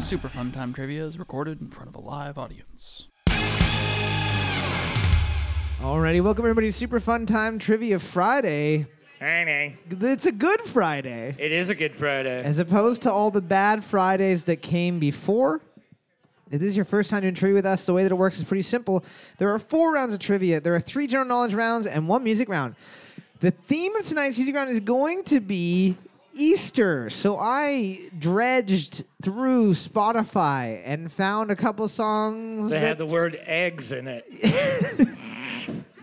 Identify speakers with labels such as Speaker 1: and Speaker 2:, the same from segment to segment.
Speaker 1: Super Fun Time Trivia is recorded in front of a live audience.
Speaker 2: Alrighty, welcome everybody to Super Fun Time Trivia Friday.
Speaker 3: Friday.
Speaker 2: It's a good Friday,
Speaker 3: It is a Good Friday.
Speaker 2: as opposed to all the bad Fridays that came before. If this is your first time doing trivia with us, the way that it works is pretty simple. There are four rounds of trivia. There are three general knowledge rounds and one music round. The theme of tonight's music round is going to be Easter. So I dredged through Spotify and found a couple songs
Speaker 3: They
Speaker 2: that
Speaker 3: had the word eggs in it.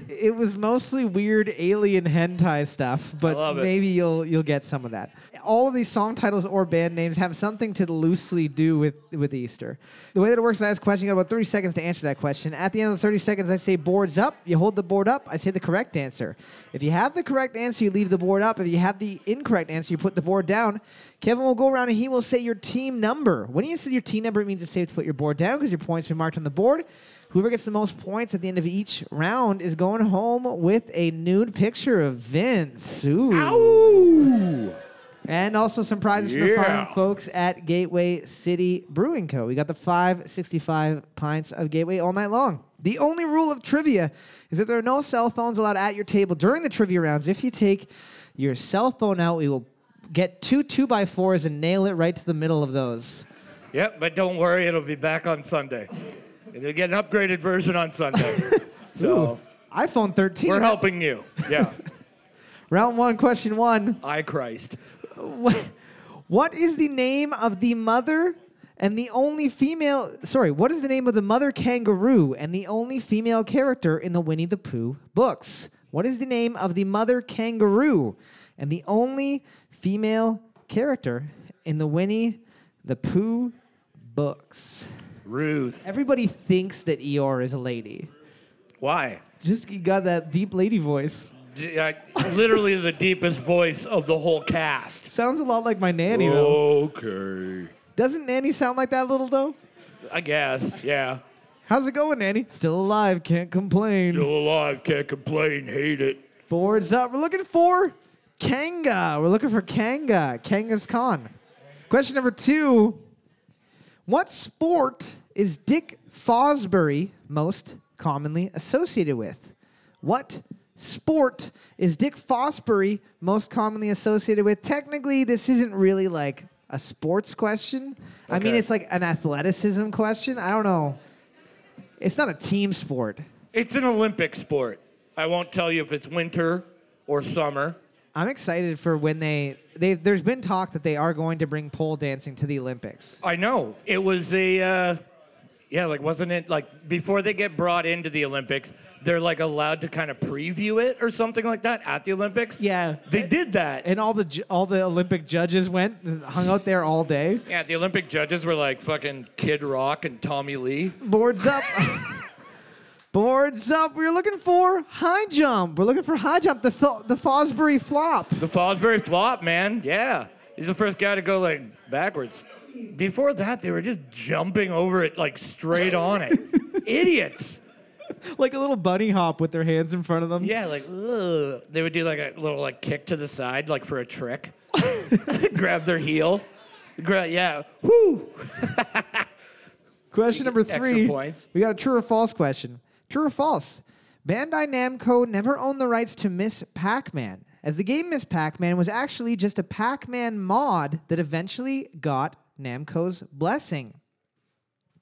Speaker 2: it was mostly weird alien hentai stuff, but
Speaker 3: love it.
Speaker 2: maybe you'll you'll get some of that. All of these song titles or band names have something to loosely do with with Easter. The way that it works is I ask a question, you got about 30 seconds to answer that question. At the end of the 30 seconds, I say boards up, you hold the board up, I say the correct answer. If you have the correct answer, you leave the board up. If you have the incorrect answer, you put the board down. Kevin will go around and he will say your team number. When he says your team number, it means it's safe to put your board down because your points will be marked on the board. Whoever gets the most points at the end of each round is going home with a nude picture of Vince. Ooh. And also some prizes from the fine
Speaker 3: Yeah.
Speaker 2: folks at Gateway City Brewing Co. We got the 565 pints of Gateway all night long. The only rule of trivia is that there are no cell phones allowed at your table during the trivia rounds. If you take your cell phone out, we will get two two by fours and nail it right to the middle of those.
Speaker 3: Yep, but don't worry, it'll be back on Sunday. You'll get an upgraded version on Sunday. so
Speaker 2: iPhone 13.
Speaker 3: we're helping you. Yeah.
Speaker 2: Round one, question one.
Speaker 3: I Christ.
Speaker 2: What, what is the name of the mother and the only female? Sorry, what is the name of the mother kangaroo and the only female character in the Winnie the Pooh books? What is the name of the mother kangaroo and the only female character in the Winnie the Pooh books?
Speaker 3: Ruth.
Speaker 2: Everybody thinks that Eeyore is a lady.
Speaker 3: Why?
Speaker 2: Just you got that deep lady voice.
Speaker 3: J- uh, literally the deepest voice of the whole cast.
Speaker 2: Sounds a lot like my nanny though.
Speaker 3: Okay.
Speaker 2: Doesn't nanny sound like that a little though?
Speaker 3: I guess. Yeah.
Speaker 2: How's it going, Nanny? Still alive, can't complain.
Speaker 3: Still alive, can't complain, hate it.
Speaker 2: Boards up. We're looking for Kanga. We're looking for Kanga. Kanga's con. Question number two What sport is Dick Fosbury most commonly associated with? What sport is Dick Fosbury most commonly associated with? Technically, this isn't really like a sports question. I mean,
Speaker 3: Okay.
Speaker 2: it's like an athleticism question. I don't know. It's not a team sport.
Speaker 3: It's an Olympic sport. I won't tell you if it's winter or summer.
Speaker 2: I'm excited for when they they. There's been talk that they are going to bring pole dancing to the Olympics.
Speaker 3: I know. It was a, uh, yeah, like, wasn't it like before they get brought into the Olympics, they're like allowed to kind of preview it or something like that at the Olympics?
Speaker 2: Yeah.
Speaker 3: They did that.
Speaker 2: And all the ju- all the Olympic judges went hung out there all day.
Speaker 3: yeah, the Olympic judges were like fucking Kid Rock and Tommy Lee.
Speaker 2: Boards up. Boards up. We're looking for high jump. We're looking for high jump. The Fo- the Fosbury flop.
Speaker 3: The Fosbury flop, man. Yeah. He's the first guy to go like backwards. Before that, they were just jumping over it like straight on it. Idiots.
Speaker 2: Like a little bunny hop with their hands in front of them.
Speaker 3: Yeah, like ugh. they would do like a little like kick to the side, like for a trick. Grab their heel. Gra- yeah. Whoo.
Speaker 2: Question number
Speaker 3: Extra
Speaker 2: three.
Speaker 3: points.
Speaker 2: We got a true or false question. True or false? Bandai Namco never owned the rights to Miss Pac Man, as the game Miss Pac Man was actually just a Pac Man mod that eventually got Namco's blessing.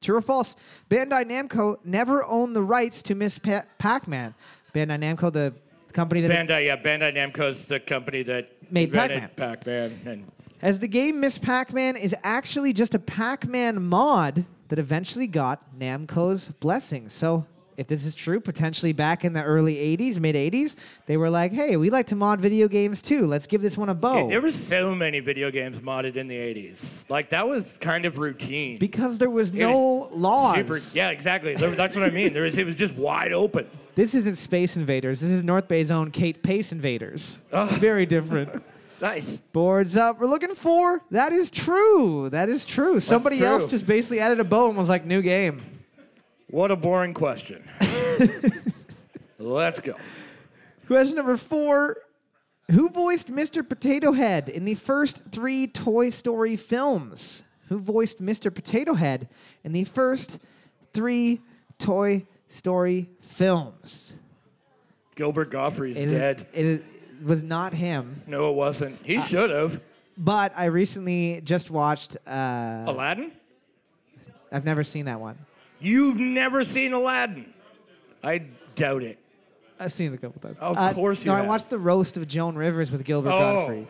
Speaker 2: True or false? Bandai Namco never owned the rights to Miss pa- Pac Man. Bandai Namco, the company that.
Speaker 3: Bandai, yeah, Bandai Namco's the company that
Speaker 2: Made
Speaker 3: invented Pac-Man. and
Speaker 2: as the game Miss Pac Man is actually just a Pac Man mod that eventually got Namco's blessing. So, if this is true, potentially back in the early 80s, mid 80s, they were like, hey, we like to mod video games too. Let's give this one a bow.
Speaker 3: Dude, there were so many video games modded in the 80s. Like that was kind of routine.
Speaker 2: because there was
Speaker 3: was
Speaker 2: no laws.
Speaker 3: Super- yeah, exactly. There- That's what I mean. There was, it was just wide open.
Speaker 2: This isn't Space Invaders. This is North Bay's own Kate Pace Invaders.
Speaker 3: Ugh.
Speaker 2: It's very different.
Speaker 3: Nice.
Speaker 2: Boards up. We're looking for. That is true. That is true. Somebody else
Speaker 3: true.
Speaker 2: just basically added a bow and was like, new game.
Speaker 3: What a boring question. Let's go.
Speaker 2: Question number four Who voiced Mr. Potato Head in the first three Toy Story films? who voiced Mr. Potato Head in the first three Toy Story films.
Speaker 3: Gilbert Gottfried's
Speaker 2: It is-
Speaker 3: dead.
Speaker 2: it is- it was not him,
Speaker 3: no, it wasn't.
Speaker 2: Uh,
Speaker 3: He should have.
Speaker 2: but I recently just watched. Uh,
Speaker 3: Aladdin?
Speaker 2: I've never seen that one.
Speaker 3: You've never seen Aladdin. I doubt it.
Speaker 2: I've seen it a couple times.
Speaker 3: Of
Speaker 2: Uh,
Speaker 3: course you
Speaker 2: No, I
Speaker 3: have.
Speaker 2: watched the roast of Joan Rivers with Gilbert
Speaker 3: Oh.
Speaker 2: Godfrey.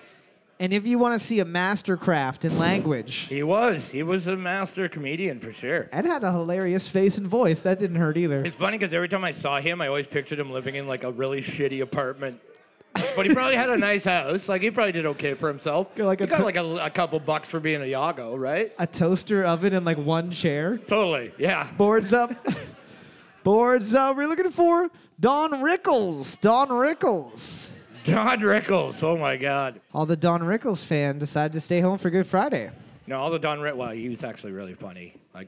Speaker 2: And if you want to see a mastercraft in language,
Speaker 3: He was. He was a master comedian for sure.
Speaker 2: Ed had a hilarious face and voice. That didn't hurt either.
Speaker 3: It's funny because every time I saw him, I always pictured him living in like a really shitty apartment. But he probably had a nice house. Like he probably did okay for himself.
Speaker 2: Got like
Speaker 3: he
Speaker 2: a
Speaker 3: got
Speaker 2: to-
Speaker 3: like a, a couple bucks for being a Yago, right?
Speaker 2: A toaster oven and like one chair.
Speaker 3: Totally. Yeah.
Speaker 2: Boards up. Boards up. We're looking for Don Rickles. Don Rickles.
Speaker 3: John Rickles. Oh my God.
Speaker 2: All the Don Rickles fan decided to stay home for Good Friday.
Speaker 3: No, all the Don Rickles. Well, he was actually really funny. Like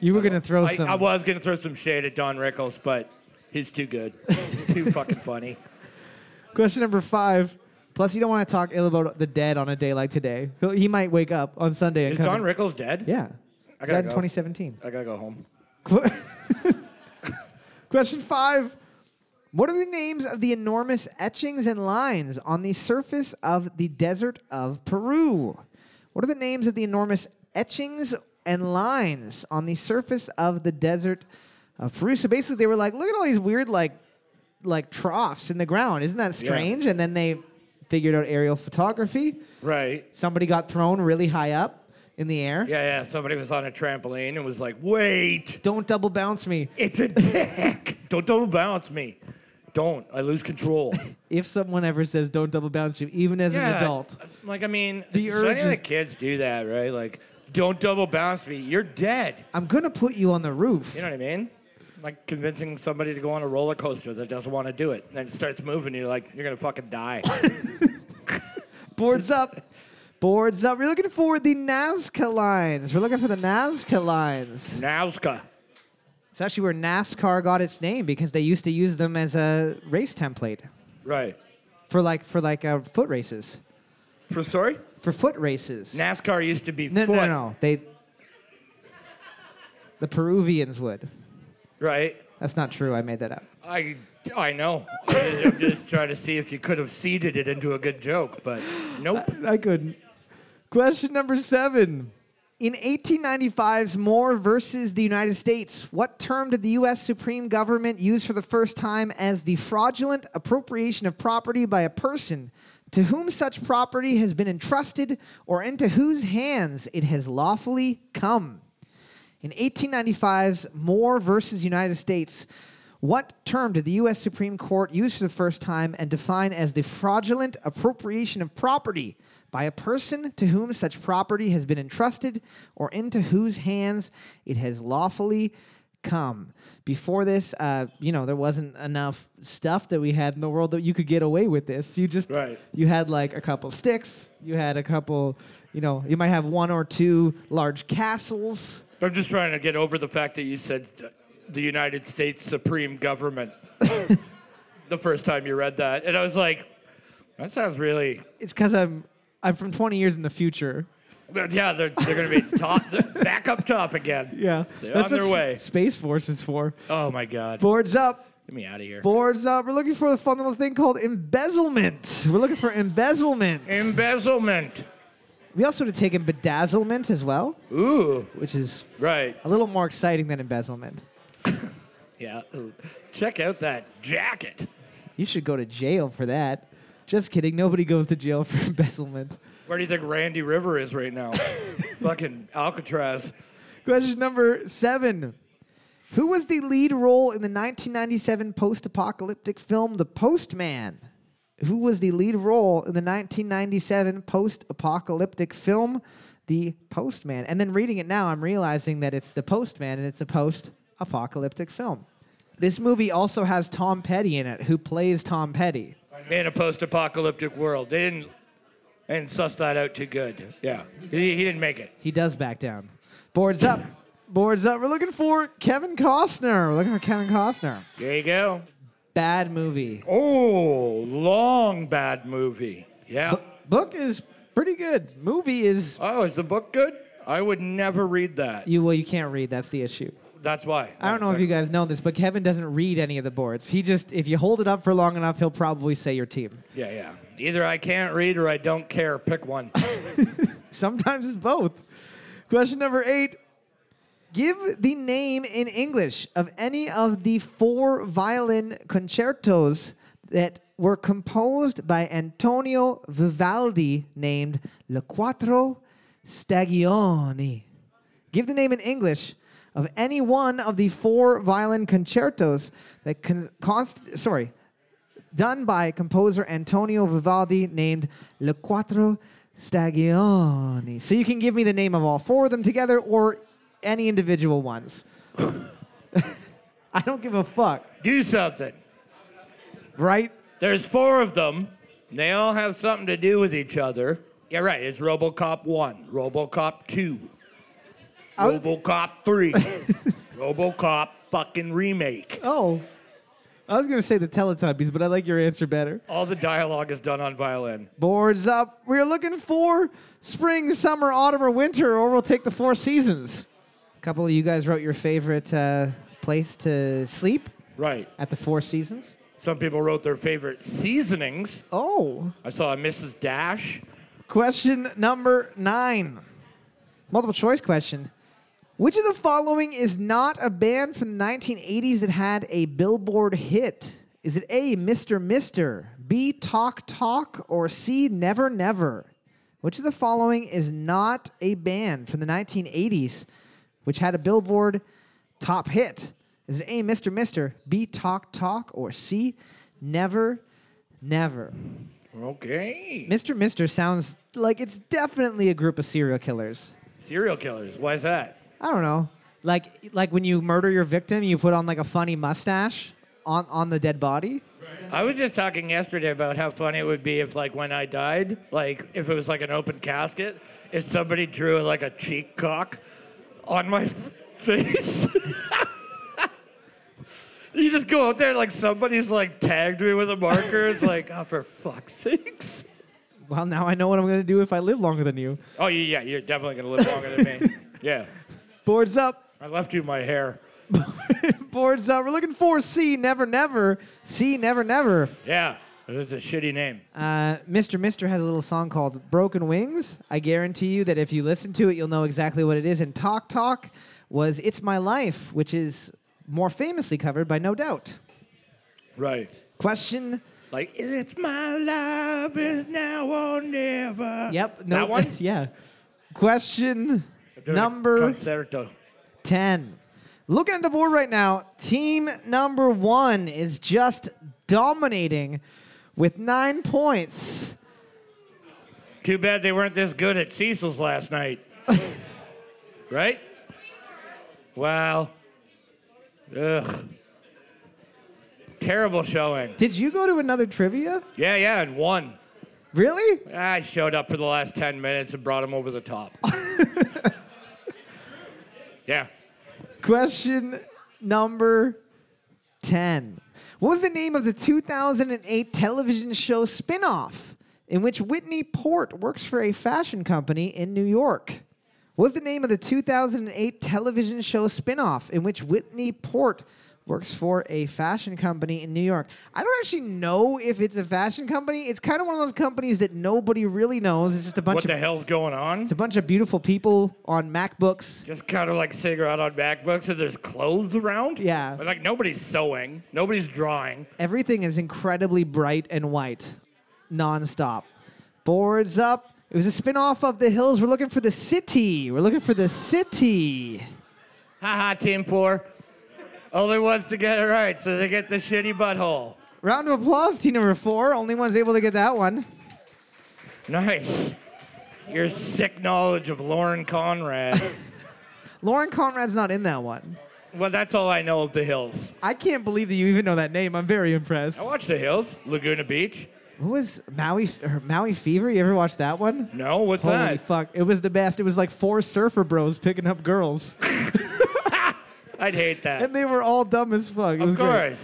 Speaker 2: You were gonna throw
Speaker 3: I,
Speaker 2: some.
Speaker 3: I was gonna throw some shade at Don Rickles, but he's too good. He's too fucking funny.
Speaker 2: Question number five. Plus, you don't want to talk ill about the dead on a day like today. He'll- He might wake up on Sunday and
Speaker 3: Is
Speaker 2: come.
Speaker 3: Don Rickles dead?
Speaker 2: yeah.
Speaker 3: I
Speaker 2: Died
Speaker 3: gotta
Speaker 2: in
Speaker 3: go.
Speaker 2: 2017.
Speaker 3: I gotta go home.
Speaker 2: Qu- Question five. What are the names of the enormous etchings and lines on the surface of the desert of Peru? What are the names of the enormous etchings and lines on the surface of the desert of Peru? So basically, they were like, look at all these weird, like, like troughs in the ground. Isn't that strange? And then they figured out aerial photography.
Speaker 3: Right.
Speaker 2: Somebody got thrown really high up in the air.
Speaker 3: Yeah, yeah. Somebody was on a trampoline and was like, wait.
Speaker 2: Don't double bounce me.
Speaker 3: It's a dick. Don't double bounce me. Don't. I lose control.
Speaker 2: if someone ever says don't double bounce you, even as an adult,
Speaker 3: Like I mean,
Speaker 2: The
Speaker 3: the
Speaker 2: urge
Speaker 3: urge
Speaker 2: is-
Speaker 3: the kids do that, right? Like, don't double bounce me. You're dead.
Speaker 2: I'm gonna put you on the roof.
Speaker 3: You know what I mean? Like convincing somebody to go on a roller coaster that doesn't want to do it, and it starts moving. You're like, you're gonna fucking die.
Speaker 2: Boards up, boards up. We're looking for the Nazca lines. We're looking for the Nazca lines.
Speaker 3: Nazca.
Speaker 2: It's actually where NASCAR got its name because they used to use them as a race template
Speaker 3: Right.
Speaker 2: for like for like uh, foot races,
Speaker 3: For sorry.
Speaker 2: for foot races.
Speaker 3: NASCAR used to be
Speaker 2: no,
Speaker 3: foot.
Speaker 2: no, no. They the Peruvians would.
Speaker 3: Right.
Speaker 2: That's not true. I made that up.
Speaker 3: I I know. I'm just trying to see if you could have seeded it into a good joke, but nope.
Speaker 2: I couldn't. Question number seven. In 1895's Moore versus the United States, what term did the U.S. Supreme Government use for the first time as the fraudulent appropriation of property by a person to whom such property has been entrusted or into whose hands it has lawfully come? In 1895's Moore versus United States, what term did the U.S. Supreme Court use for the first time and define as the fraudulent appropriation of property by a person to whom such property has been entrusted or into whose hands it has lawfully come? Before this, uh, you know, there wasn't enough stuff that we had in the world that you could get away with this. You just
Speaker 3: Right.
Speaker 2: you had like a couple sticks. You had a couple, you know, you might have one or two large castles.
Speaker 3: I'm just trying to get over the fact that you said th- the United States Supreme Government the first time you read that. And I was like, that sounds really.
Speaker 2: It's because I'm I'm from 20 years in the future.
Speaker 3: but Yeah, they're, they're going to be top, they're back up top again.
Speaker 2: Yeah,
Speaker 3: They're
Speaker 2: that's
Speaker 3: on
Speaker 2: what
Speaker 3: their way.
Speaker 2: S- Space Force is for.
Speaker 3: Oh my God.
Speaker 2: Boards up,
Speaker 3: Get me out of here.
Speaker 2: boards up. We're looking for the fun little thing called embezzlement. We're looking for embezzlement.
Speaker 3: Embezzlement.
Speaker 2: we also would have taken bedazzlement as well,
Speaker 3: Ooh,
Speaker 2: which is
Speaker 3: right.
Speaker 2: a little more exciting than embezzlement.
Speaker 3: Yeah. Ooh. Check out that jacket.
Speaker 2: You should go to jail for that. Just kidding. Nobody goes to jail for embezzlement.
Speaker 3: Where do you think Randy River is right now? Fucking Alcatraz.
Speaker 2: Question number seven. Who was the lead role in the 1997 post apocalyptic film The Postman? Who was the lead role in the 1997 post apocalyptic film The Postman? And then reading it now, I'm realizing that it's The Postman and it's a post apocalyptic film. This movie also has Tom Petty in it, who plays Tom Petty.
Speaker 3: in a post-apocalyptic world. They didn't and suss that out too good. Yeah, he, he didn't make it.
Speaker 2: He does back down. Boards up. Boards up. We're looking for Kevin Costner. We're looking for Kevin Costner.
Speaker 3: There you go.
Speaker 2: Bad movie.
Speaker 3: Oh, long bad movie. Yeah.
Speaker 2: Bu- book is pretty good. Movie is
Speaker 3: oh, is the book good? I would never read that.
Speaker 2: You well, you can't read. That's the issue.
Speaker 3: That's why.
Speaker 2: I don't know if you guys know this, but Kevin doesn't read any of the boards. He just, if you hold it up for long enough, he'll probably say your team.
Speaker 3: Yeah, yeah. Either I can't read or I don't care. Pick one.
Speaker 2: Sometimes it's both. Question number eight Give the name in English of any of the four violin concertos that were composed by Antonio Vivaldi named Le Quattro Stagioni. Give the name in English of any one of the four violin concertos that con- const- sorry done by composer Antonio Vivaldi named Le Quattro Stagioni. So you can give me the name of all four of them together or any individual ones. I don't give a fuck,
Speaker 3: Do something.
Speaker 2: right?
Speaker 3: There's four of them. and They all have something to do with each other. Yeah, right. It's RoboCop 1, RoboCop 2,
Speaker 2: I was-
Speaker 3: RoboCop 3, RoboCop fucking remake.
Speaker 2: Oh. I was going to say the Teletubbies, but I like your answer better.
Speaker 3: All the dialogue is done on violin.
Speaker 2: Boards up. We're looking for spring, summer, autumn, or winter, or we'll take the four seasons. A couple of you guys wrote your favorite uh, place to sleep
Speaker 3: Right.
Speaker 2: at the Four Seasons.
Speaker 3: Some people wrote their favorite seasonings.
Speaker 2: Oh.
Speaker 3: I saw a Mrs. Dash.
Speaker 2: Question number nine. Multiple choice question. Which of the following is not a band from the 1980s that had a Billboard hit? Is it A, Mr. Mister, B, Talk Talk, or C, Never Never? Which of the following is not a band from the 1980s which had a Billboard top hit? Is it A, Mr. Mister, B, Talk Talk, or C, Never Never?
Speaker 3: Okay.
Speaker 2: Mr. Mister sounds like it's definitely a group of serial killers.
Speaker 3: Serial killers. Why is that?
Speaker 2: I don't know. Like like when you murder your victim, you put on like a funny mustache on on the dead body.
Speaker 3: I was just talking yesterday about how funny it would be if, like, when I died, like, if it was like an open casket, if somebody drew like a cheek cock on my f- face. you just go out there, like, somebody's like tagged me with a marker. It's like, oh, for fuck's sake.
Speaker 2: Well, now I know what I'm gonna do if I live longer than you.
Speaker 3: Oh, yeah, you're definitely gonna live longer than me. Yeah,
Speaker 2: Boards up,
Speaker 3: I left you my hair.
Speaker 2: boards up. We're looking for C. Never, never. C. Never, never.
Speaker 3: Yeah, it's a shitty name.
Speaker 2: Uh, Mr. Mister has a little song called Broken Wings. I guarantee you that if you listen to it, you'll know exactly what it is. And Talk Talk was It's My Life, which is more famously covered by No Doubt.
Speaker 3: Right.
Speaker 2: Question.
Speaker 3: Like, it's my life, it's now or never.
Speaker 2: Yep.
Speaker 3: that one?
Speaker 2: yeah. Question
Speaker 3: Doing a
Speaker 2: number
Speaker 3: Concerto.
Speaker 2: 10. Looking at the board right now, team number one is just dominating with nine points.
Speaker 3: Too bad they weren't this good at Cecil's last night. right? Wow. Ugh. Terrible showing.
Speaker 2: Did you go to another trivia?
Speaker 3: Yeah, yeah, and won.
Speaker 2: Really?
Speaker 3: I showed up for the last 10 minutes and brought him over the top. yeah.
Speaker 2: Question number 10. What was the name of the 2008 television show spinoff in which Whitney Port works for a fashion company in New York? What was the name of the 2008 television show spinoff in which Whitney Port works for a fashion company in New York? I don't actually know if it's a fashion company. It's kind of one of those companies that nobody really knows. It's just a bunch
Speaker 3: What
Speaker 2: of
Speaker 3: the hell's going on?
Speaker 2: it's a bunch of beautiful people on MacBooks
Speaker 3: Just kind of like figure out on MacBooks and there's clothes around.
Speaker 2: Yeah.
Speaker 3: But like nobody's sewing, nobody's drawing.
Speaker 2: Everything is incredibly bright and white, nonstop. Boards up. It was a spin-off of The Hills. We're looking for the city. We're looking for the city.
Speaker 3: Haha, Team 4. Only ones to get it right, so they get the shitty butthole.
Speaker 2: Round of applause, team number four. Only one's able to get that one.
Speaker 3: Nice. Your sick knowledge of Lauren Conrad.
Speaker 2: Lauren Conrad's not in that one.
Speaker 3: well, that's all I know of The Hills.
Speaker 2: I can't believe that you even know that name. I'm very impressed.
Speaker 3: I watched The Hills, Laguna Beach.
Speaker 2: What was Maui or Maui Fever? You ever watched that one?
Speaker 3: No, what's
Speaker 2: Holy
Speaker 3: that?
Speaker 2: fuck! It was the best. It was like four surfer bros picking up girls,
Speaker 3: I'd hate that.
Speaker 2: and they were all dumb as fuck. It was
Speaker 3: of
Speaker 2: great.
Speaker 3: course.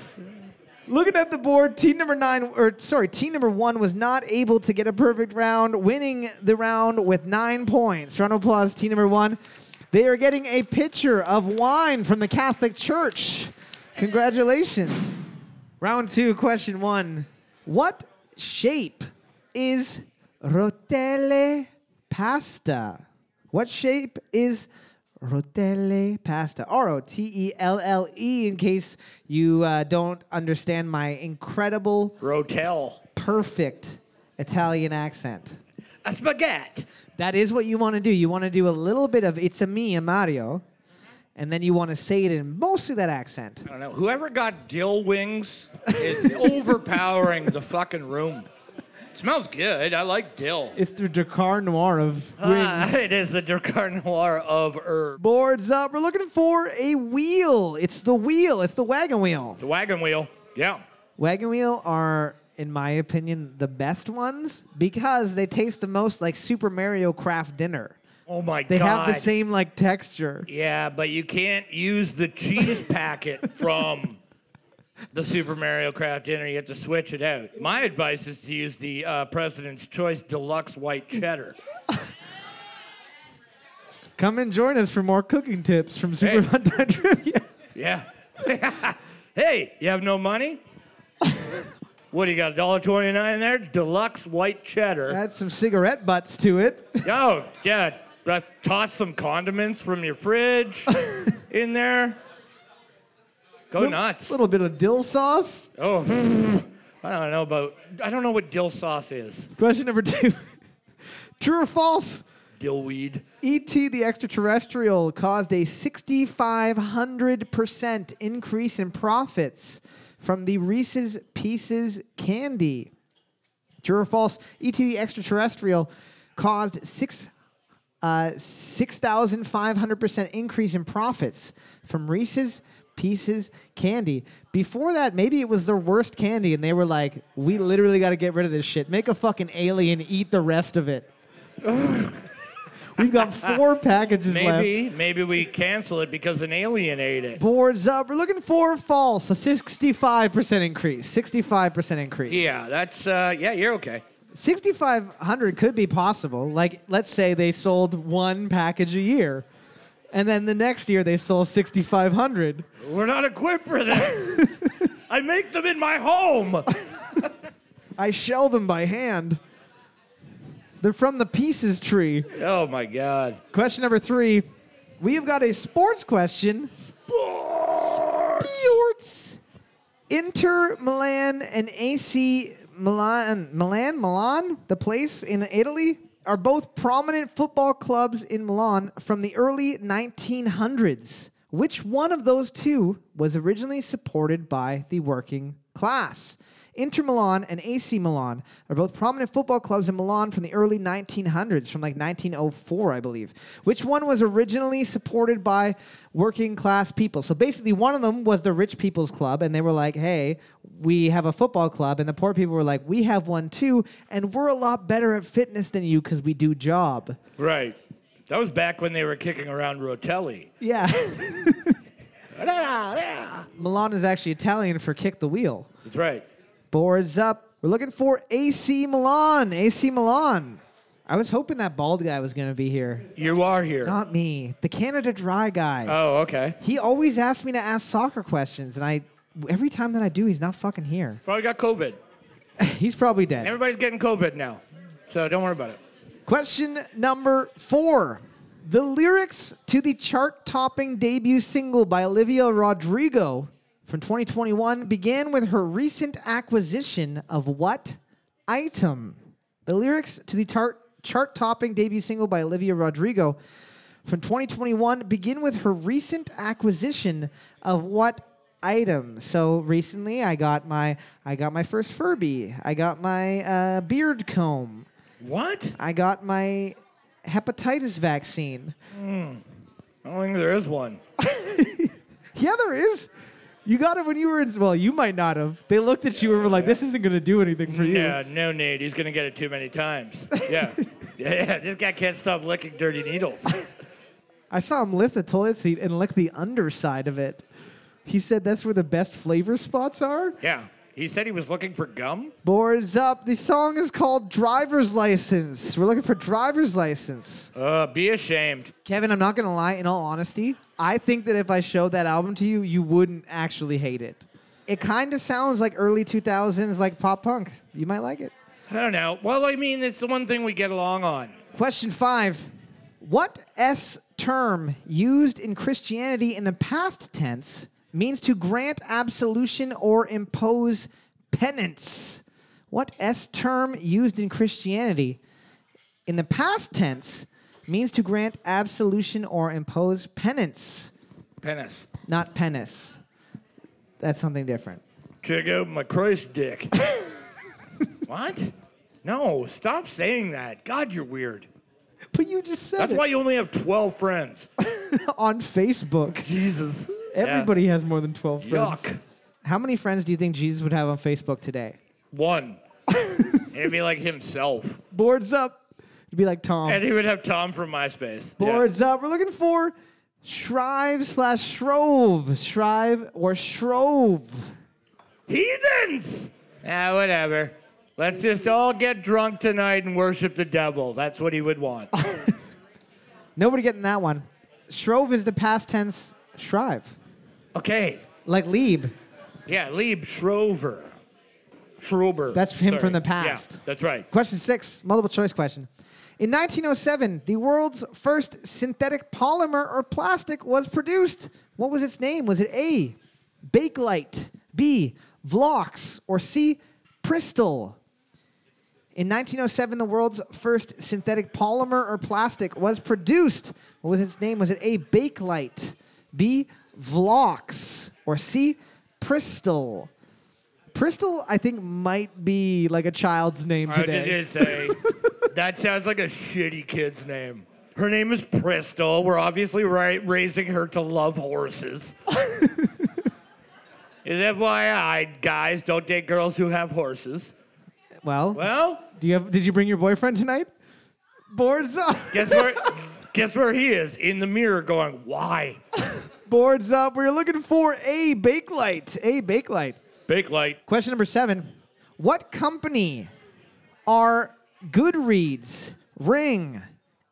Speaker 2: Looking at the board, team number nine, or sorry, team number one was not able to get a perfect round, winning the round with nine points. Round of applause, team number one. They are getting a pitcher of wine from the Catholic Church. Congratulations. round two, question one. What shape is rotelle pasta? What shape is rotelle pasta? R O T E L L E, in case you uh, don't understand my incredible,
Speaker 3: Rotel.
Speaker 2: perfect Italian accent.
Speaker 3: A spaghetti.
Speaker 2: That is what you want to do. You want to do a little bit of It's a Me, a Mario, and then you want to say it in mostly that accent.
Speaker 3: I don't know. Whoever got dill wings is overpowering the fucking room. smells good. I like dill.
Speaker 2: It's the Dakar Noir of
Speaker 3: Ah, it is the Dakar Noir of herb.
Speaker 2: Boards up. We're looking for a wheel. It's the wheel. It's the wagon wheel.
Speaker 3: The wagon wheel. Yeah.
Speaker 2: Wagon wheel are, in my opinion, the best ones because they taste the most like Super Mario Craft dinner.
Speaker 3: Oh my
Speaker 2: They have
Speaker 3: god.
Speaker 2: the same like texture.
Speaker 3: Yeah, but you can't use the cheese packet from the Super Mario Craft dinner. You have to switch it out. My advice is to use the uh, President's Choice Deluxe White Cheddar.
Speaker 2: Come and join us for more cooking tips from Super
Speaker 3: Hey.
Speaker 2: Fun Time Trivia.
Speaker 3: Yeah. hey, you have no money? what do you got? $1.29 in there? Deluxe white cheddar.
Speaker 2: Add some cigarette butts to it.
Speaker 3: Oh, yeah. uh, Toss some condiments from your fridge in there. Go Oh, nuts.
Speaker 2: A little bit of dill sauce.
Speaker 3: Oh, I don't know about. I don't know what dill sauce is.
Speaker 2: Question number two. True or false?
Speaker 3: Dill weed.
Speaker 2: E.T. the extraterrestrial caused a 6,500% increase in profits from the Reese's Pieces candy. True or false? E.T. the extraterrestrial caused six. Uh, 6,500% increase in profits from Reese's Pieces candy. Before that, maybe it was their worst candy, and they were like, we literally got to get rid of this shit. Make a fucking alien eat the rest of it. We've got four packages left.
Speaker 3: Maybe, maybe we cancel it because an alien ate it.
Speaker 2: Boards up. We're looking for false. A 65% increase. 65% increase.
Speaker 3: Yeah, that's. Uh, yeah, you're okay.
Speaker 2: 6,500 could be possible. Like, let's say they sold one package a year, and then the next year they sold 6,500.
Speaker 3: We're not equipped for this. I make them in my home.
Speaker 2: I shell them by hand. They're from the pieces tree.
Speaker 3: Oh my God.
Speaker 2: Question number three. We have got a sports question. Sports. Inter Milan and AC Milan, Milan, Milan, the place in Italy, are both prominent football clubs in Milan from the early 1900s. Which one of those two was originally supported by the working class? Inter Milan and AC Milan are both prominent football clubs in Milan from the early 1900s, from like 1904, I believe. Which one was originally supported by working class people? So basically, one of them was the rich people's club, and they were like, hey, we have a football club. And the poor people were like, we have one too, and we're a lot better at fitness than you because we do job.
Speaker 3: Right. That was back when they were kicking around Rotelli.
Speaker 2: Yeah. Milan is actually Italian for kick the wheel.
Speaker 3: That's right.
Speaker 2: Boards up. We're looking for AC Milan. AC Milan. I was hoping that bald guy was going to be here.
Speaker 3: You are here.
Speaker 2: Not me. The Canada Dry guy.
Speaker 3: oh, okay.
Speaker 2: he always asks me to ask soccer questions, and I every time that I do, he's not fucking here.
Speaker 3: Probably got COVID.
Speaker 2: he's probably dead.
Speaker 3: Everybody's getting COVID now, so don't worry about it.
Speaker 2: Question number four. The lyrics to the chart topping debut single by Olivia Rodrigo from 2021 began with her recent acquisition of what item? The lyrics to the chart topping debut single by Olivia Rodrigo from 2021 begin with her recent acquisition of what item? So recently I got my I got my first Furby. I got my uh, beard comb.
Speaker 3: What?
Speaker 2: I got my hepatitis vaccine.
Speaker 3: I don't think there is one.
Speaker 2: Yeah, there is. You got it when you were in. Well, you might not have. They looked at you and were like, "This isn't going to do anything for you."
Speaker 3: Yeah, no need. He's gonna get it too many times. Yeah. yeah, yeah. This guy can't stop licking dirty needles.
Speaker 2: I saw him lift the toilet seat and lick the underside of it. He said that's where the best flavor spots are.
Speaker 3: Yeah. He said he was looking for gum.
Speaker 2: Boards up. The song is called Driver's License. We're looking for driver's license.
Speaker 3: Uh, be ashamed.
Speaker 2: Kevin, I'm not going to lie, in all honesty, I think that if I showed that album to you, you wouldn't actually hate it. It kind of sounds like early 2000s, like pop punk. You might like it.
Speaker 3: I don't know. Well, I mean, it's the one thing we get along on.
Speaker 2: Question five What S term used in Christianity in the past tense means to grant absolution or impose penance? What S term used in Christianity in the past tense means to grant absolution or impose penance,
Speaker 3: Penis.
Speaker 2: not penis? That's something different.
Speaker 3: Check out my Christ dick. what? No, stop saying that. God, you're weird.
Speaker 2: But you just said
Speaker 3: That's
Speaker 2: it
Speaker 3: why you only have 12 friends.
Speaker 2: on Facebook.
Speaker 3: Jesus.
Speaker 2: Everybody has more than 12 friends.
Speaker 3: Yuck.
Speaker 2: How many friends do you think Jesus would have on Facebook today?
Speaker 3: One. It'd be like himself.
Speaker 2: Boards up. It'd be like Tom.
Speaker 3: And he would have Tom from MySpace. Yeah.
Speaker 2: Boards up. We're looking for Shrive slash Shrove. Shrive or Shrove.
Speaker 3: Heathens! Ah, whatever. Let's just all get drunk tonight and worship the devil. That's what he would want.
Speaker 2: Nobody getting that one. Shrove is the past tense Shrive.
Speaker 3: okay.
Speaker 2: Like Lieb.
Speaker 3: Yeah, Lieb Schrover. Schrober.
Speaker 2: That's him
Speaker 3: Sorry.
Speaker 2: from the
Speaker 3: Yeah,
Speaker 2: past.
Speaker 3: that's right.
Speaker 2: Question six, multiple choice question. In 1907, the world's first synthetic polymer or plastic was produced. What was its name? Was it A, Bakelite, B, Vlox, or C, Pristol? In 1907, the world's first synthetic polymer or plastic was produced. What was its name? Was it A, Bakelite, B, Vlox, or C, Pristol? Pristol, I think, might be like a child's name
Speaker 3: I
Speaker 2: today.
Speaker 3: did say that sounds like a shitty kid's name. Her name is Bristol. We're obviously right, raising her to love horses. is FYI, guys, don't date girls who have horses.
Speaker 2: Well,
Speaker 3: Well,
Speaker 2: do you have? Did you bring your boyfriend tonight? Boards up.
Speaker 3: guess where? guess where he is in the mirror, going, "Why?"
Speaker 2: Boards up. We are looking for a bakelite. A bakelite.
Speaker 3: Big light.
Speaker 2: Question number seven. What company are Goodreads, Ring,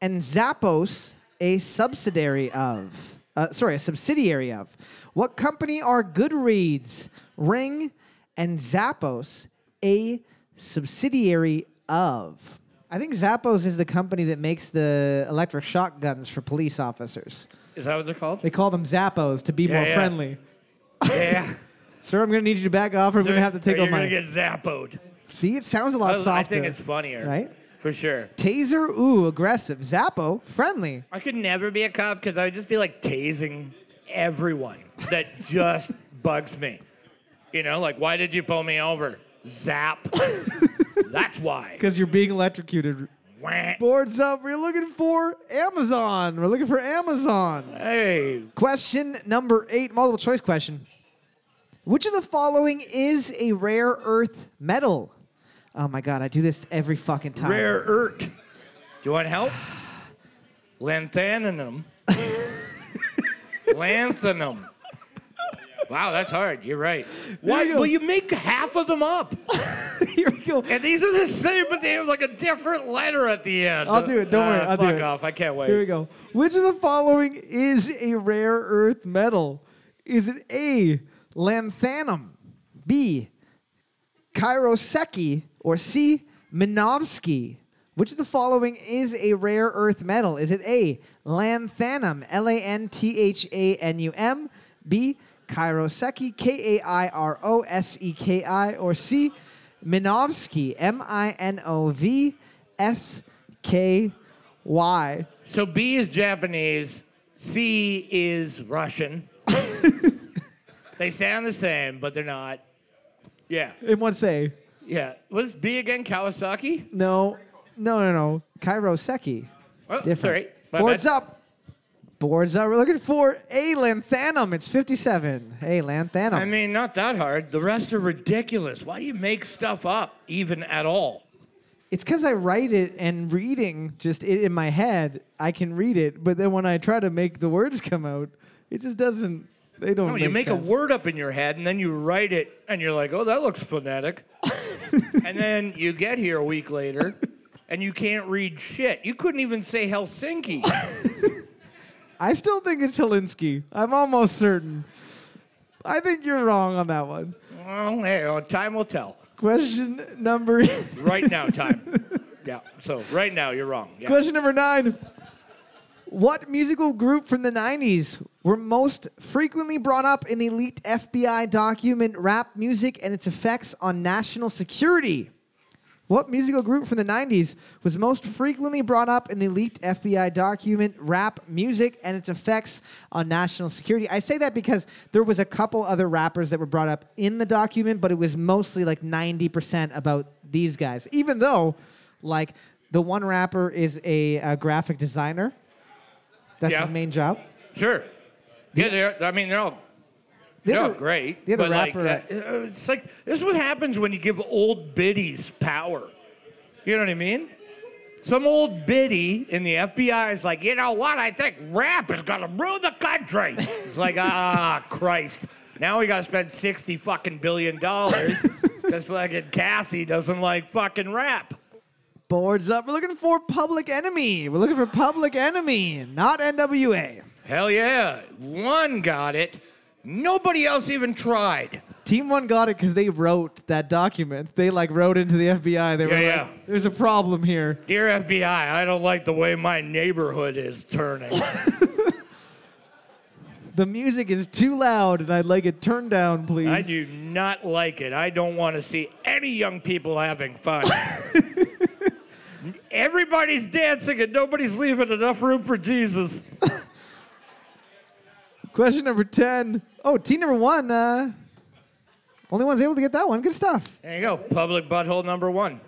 Speaker 2: and Zappos a subsidiary of? Uh, sorry, a subsidiary of. What company are Goodreads, Ring, and Zappos a subsidiary of? I think Zappos is the company that makes the electric shotguns for police officers.
Speaker 3: Is that what they're called?
Speaker 2: They call them Zappos to be
Speaker 3: Yeah,
Speaker 2: more
Speaker 3: yeah.
Speaker 2: friendly.
Speaker 3: yeah.
Speaker 2: Sir, I'm going to need you to back off or I'm going to have to take
Speaker 3: You're
Speaker 2: off my.
Speaker 3: gonna get zappoed.
Speaker 2: See, it sounds a lot softer.
Speaker 3: I think it's funnier,
Speaker 2: Right?
Speaker 3: For sure.
Speaker 2: Taser, ooh, aggressive. Zappo, friendly.
Speaker 3: I could never be a cop because I would just be like tasing everyone. That just bugs me. You know, like, why did you pull me over? Zap. That's why.
Speaker 2: Because you're being electrocuted.
Speaker 3: Wah.
Speaker 2: Boards up. We're looking for Amazon. We're looking for Amazon.
Speaker 3: Hey,
Speaker 2: Question number eight, multiple choice question. Which of the following is a rare earth metal? Oh my god, I do this every fucking time.
Speaker 3: rare ert. Do you want help? Lanthanum. Lanthanum. Wow, that's hard. You're right. Why?
Speaker 2: you go.
Speaker 3: well, you make half of them up.
Speaker 2: Here we go.
Speaker 3: And these are the same, but they have like a different letter at the end.
Speaker 2: I'll do it. Don't worry.
Speaker 3: Ah,
Speaker 2: I'll do
Speaker 3: fuck
Speaker 2: it.
Speaker 3: off. I can't wait.
Speaker 2: Here we go. Which of the following is a rare earth metal? Is it A, lanthanum, B, Kyroseki, or C, Minovsky? Which of the following is a rare earth metal? Is it A, lanthanum, L A N T H A N U M, B, Kyroseki, K A I R O S E K I, or C, Minovsky, M I N O V S K Y?
Speaker 3: So B is Japanese, C is Russian. they sound the same, but they're not. Yeah,
Speaker 2: in one say.
Speaker 3: yeah. Was B again Kawasaki?
Speaker 2: No, no, no, no. Kairoseki.
Speaker 3: Oh,
Speaker 2: Different.
Speaker 3: Sorry. My
Speaker 2: Boards
Speaker 3: bad.
Speaker 2: up. Boards up. We're looking for a lanthanum. It's 57. Hey, lanthanum.
Speaker 3: I mean, not that hard. The rest are ridiculous. Why do you make stuff up even at all?
Speaker 2: it's because I write it and reading just it in my head, I can read it. But then when I try to make the words come out, it just doesn't. They don't
Speaker 3: No, you make
Speaker 2: sense.
Speaker 3: a word up in your head and then you write it and you're like, oh, that looks phonetic. and then you get here a week later and you can't read shit. You couldn't even say Helsinki.
Speaker 2: I still think it's Helinski. I'm almost certain. I think you're wrong on that one.
Speaker 3: well, hey, well, time will tell.
Speaker 2: Question number
Speaker 3: Right now, time. yeah. So right now, you're wrong. Yeah.
Speaker 2: Question number 9. What musical group from the 90s were most frequently brought up in the leaked FBI document Rap Music and its Effects on National Security? What musical group from the 90s was most frequently brought up in the leaked FBI document Rap Music and its Effects on National Security? I say that because there was a couple other rappers that were brought up in the document, but it was mostly like 90% about these guys. Even though like the one rapper is a, uh graphic designer. That's
Speaker 3: Yeah.
Speaker 2: his main job.
Speaker 3: Sure. Yeah, they're, I mean, they're all
Speaker 2: The
Speaker 3: they're all
Speaker 2: other-
Speaker 3: Oh, great.
Speaker 2: the other
Speaker 3: but like,
Speaker 2: rapper-
Speaker 3: uh, uh, it's like this is what happens when you give old biddies power. You know what I mean? Some old biddy in the FBI is like, you know what? I think rap is gonna rule the country. It's like, ah, Christ. Now we gotta spend sixty fucking billion dollars because fucking Kathy doesn't like fucking rap.
Speaker 2: Boards up. We're looking for Public Enemy. We're looking for Public Enemy, not NWA.
Speaker 3: Hell yeah, one got it. Nobody else even tried.
Speaker 2: Team One got it because they wrote that document. They like wrote into the FBI. They were
Speaker 3: Yeah,
Speaker 2: like,
Speaker 3: yeah.
Speaker 2: "There's a problem here."
Speaker 3: Dear FBI, I don't like the way my neighborhood is turning.
Speaker 2: The music is too loud, and I'd like it turned down, please.
Speaker 3: I do not like it. I don't want to see any young people having fun. Everybody's dancing and nobody's leaving enough room for Jesus.
Speaker 2: Question number ten. Oh, team number one. Uh, only one's able to get that one. Good stuff.
Speaker 3: There you go. Public butthole number one.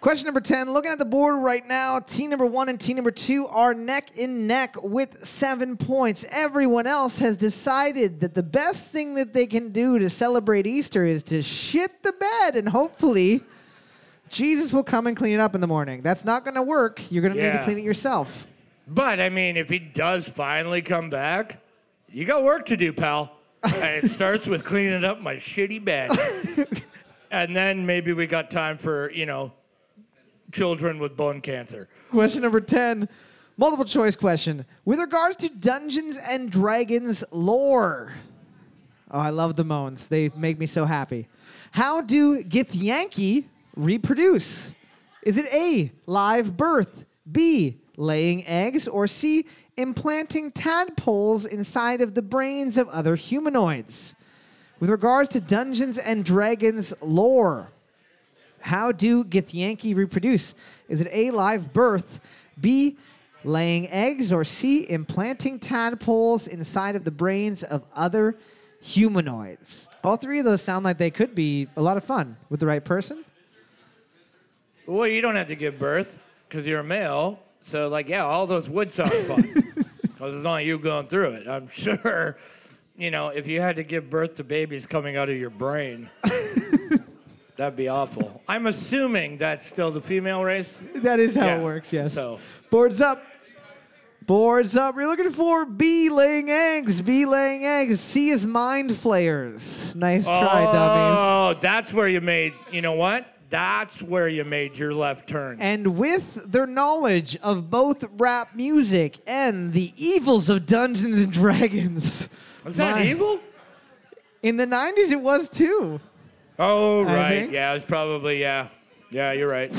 Speaker 2: Question number 10. Looking at the board right now, team number one and team number two are neck in neck with seven points. Everyone else has decided that the best thing that they can do to celebrate Easter is to shit the bed and hopefully Jesus will come and clean it up in the morning. That's not going to work. You're going to need to
Speaker 3: Yeah.
Speaker 2: clean it yourself.
Speaker 3: But I mean, if he does finally come back, you got work to do, pal. And it starts with cleaning up my shitty bed. and then maybe we got time for, you know, children with bone cancer.
Speaker 2: Question number 10. Multiple choice question. With regards to Dungeons and Dragons lore. Oh, I love the moans. They make me so happy. How do Githyanki reproduce? Is it A, live birth, B, laying eggs, or C, implanting tadpoles inside of the brains of other humanoids? With regards to Dungeons and Dragons lore, how do Githyanki reproduce? Is it A, live birth, B, laying eggs, or C, implanting tadpoles inside of the brains of other humanoids? All three of those sound like they could be a lot of fun with the right person.
Speaker 3: Well, you don't have to give birth because you're a male. So, like, yeah, all those would sound fun because it's not you going through it. I'm sure, you know, if you had to give birth to babies coming out of your brain, that'd be awful. I'm assuming that's still the female race.
Speaker 2: That is how
Speaker 3: Yeah,
Speaker 2: it works, yes.
Speaker 3: so-
Speaker 2: Boards up. Boards up. We're looking for B laying eggs. B laying eggs. C is mind flayers. Nice try, dummies.
Speaker 3: Oh, that's where you made, you know what? That's where you made your left turn.
Speaker 2: And with their knowledge of both rap music and the evils of Dungeons and Dragons.
Speaker 3: Was that
Speaker 2: My-
Speaker 3: evil?
Speaker 2: In the 90s, it was too.
Speaker 3: Oh,
Speaker 2: I
Speaker 3: right.
Speaker 2: think.
Speaker 3: Yeah, it was probably, yeah. Yeah, you're right.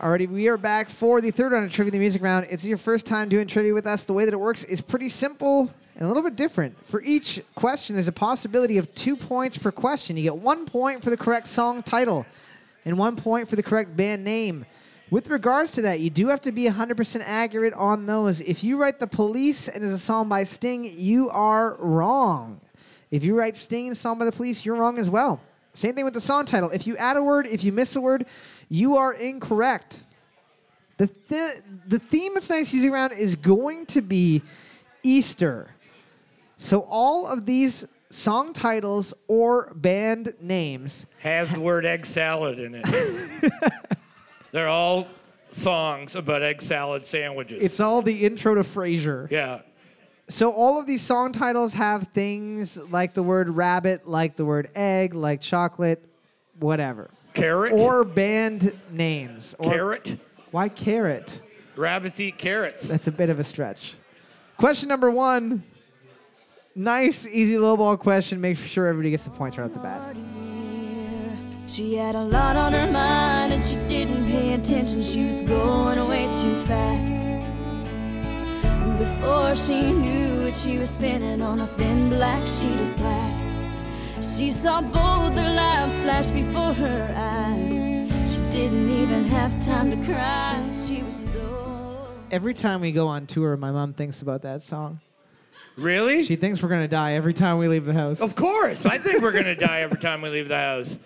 Speaker 2: Alrighty, we are back for the third round of Trivia the Music Round. It's your first time doing trivia with us. The way that it works is pretty simple and a little bit different. For each question, there's a possibility of two points per question. You get one point for the correct song title and one point for the correct band name. With regards to that, you do have to be 100% accurate on those. If you write The Police and it's a song by Sting, you are wrong. If you write Sting and Song by the Police, you're wrong as well. Same thing with the song title. If you add a word, if you miss a word, you are incorrect. The, th- the theme of tonight's music round is going to be Easter. So all of these song titles or band names
Speaker 3: has the word egg salad in it. They're all songs about egg salad sandwiches.
Speaker 2: It's all the intro to Frasier.
Speaker 3: yeah.
Speaker 2: So all of these song titles have things like the word rabbit, like the word egg, like chocolate, whatever.
Speaker 3: Carrot?
Speaker 2: Or band names. Or
Speaker 3: carrot?
Speaker 2: Why carrot?
Speaker 3: Rabbits eat carrots.
Speaker 2: That's a bit of a stretch. Question number one. Nice, easy lowball question. Make sure everybody gets the points right off the bat.
Speaker 4: She had a lot on her mind and she didn't pay attention. She was going away too fast. And before she knew it, she was spinning on a thin black sheet of glass. She saw both their lives flash before her eyes. She didn't even have time to cry. She was so.
Speaker 2: Every time we go on tour, my mom thinks about that song.
Speaker 3: Really?
Speaker 2: She thinks we're gonna die every time we leave the house.
Speaker 3: of course. I think we're going to die every time we leave the house.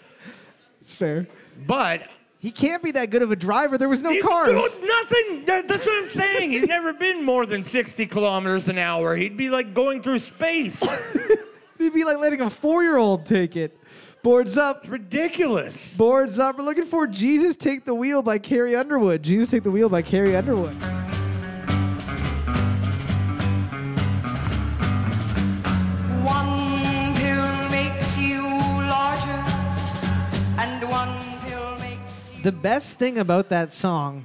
Speaker 2: It's fair.
Speaker 3: But
Speaker 2: He can't be that good of a driver. There was no
Speaker 3: He-
Speaker 2: cars.
Speaker 3: dude, nothing. That- that's what I'm saying. He's never been more than 60 kilometers an hour. He'd be like going through space. It's
Speaker 2: It'd be like letting a four-year-old take it. Boards up.
Speaker 3: ridiculous.
Speaker 2: Boards up. We're looking for Jesus Take the Wheel by Carrie Underwood. Jesus Take the Wheel by Carrie Underwood.
Speaker 5: One pill makes you larger, and one pill makes you.
Speaker 2: The best thing about that song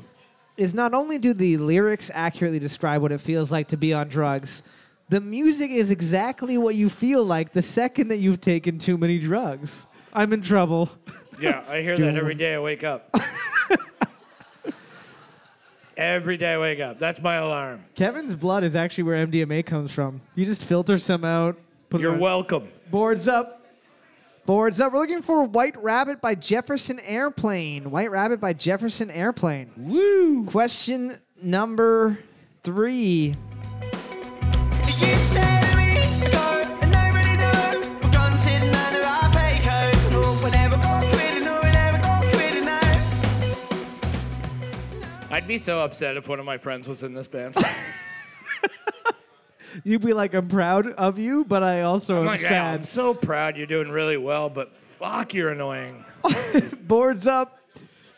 Speaker 2: is not only do the lyrics accurately describe what it feels like to be on drugs, the music is exactly what you feel like the second that you've taken too many drugs. I'm in trouble.
Speaker 3: Yeah, I hear that every day I wake up. every day I wake up. That's my alarm.
Speaker 2: Kevin's blood is actually where MDMA comes from. You just filter some out. Put it
Speaker 3: You're
Speaker 2: on-
Speaker 3: welcome.
Speaker 2: Boards up. Boards up. We're looking for White Rabbit by Jefferson Airplane. White Rabbit by Jefferson Airplane. Woo! Question number three.
Speaker 5: You said to me, go, and they really do. We're gonna sit under our pay code. Oh, we're never gonna quit, and we're never gonna quit, and I.
Speaker 3: I'd be so upset if one of my friends was in this band.
Speaker 2: You'd be like, I'm proud of you, but I also
Speaker 3: I'm
Speaker 2: am
Speaker 3: like, "Yeah, I'm
Speaker 2: sad.
Speaker 3: so proud you're doing really well, but fuck, you're annoying.
Speaker 2: Boards up.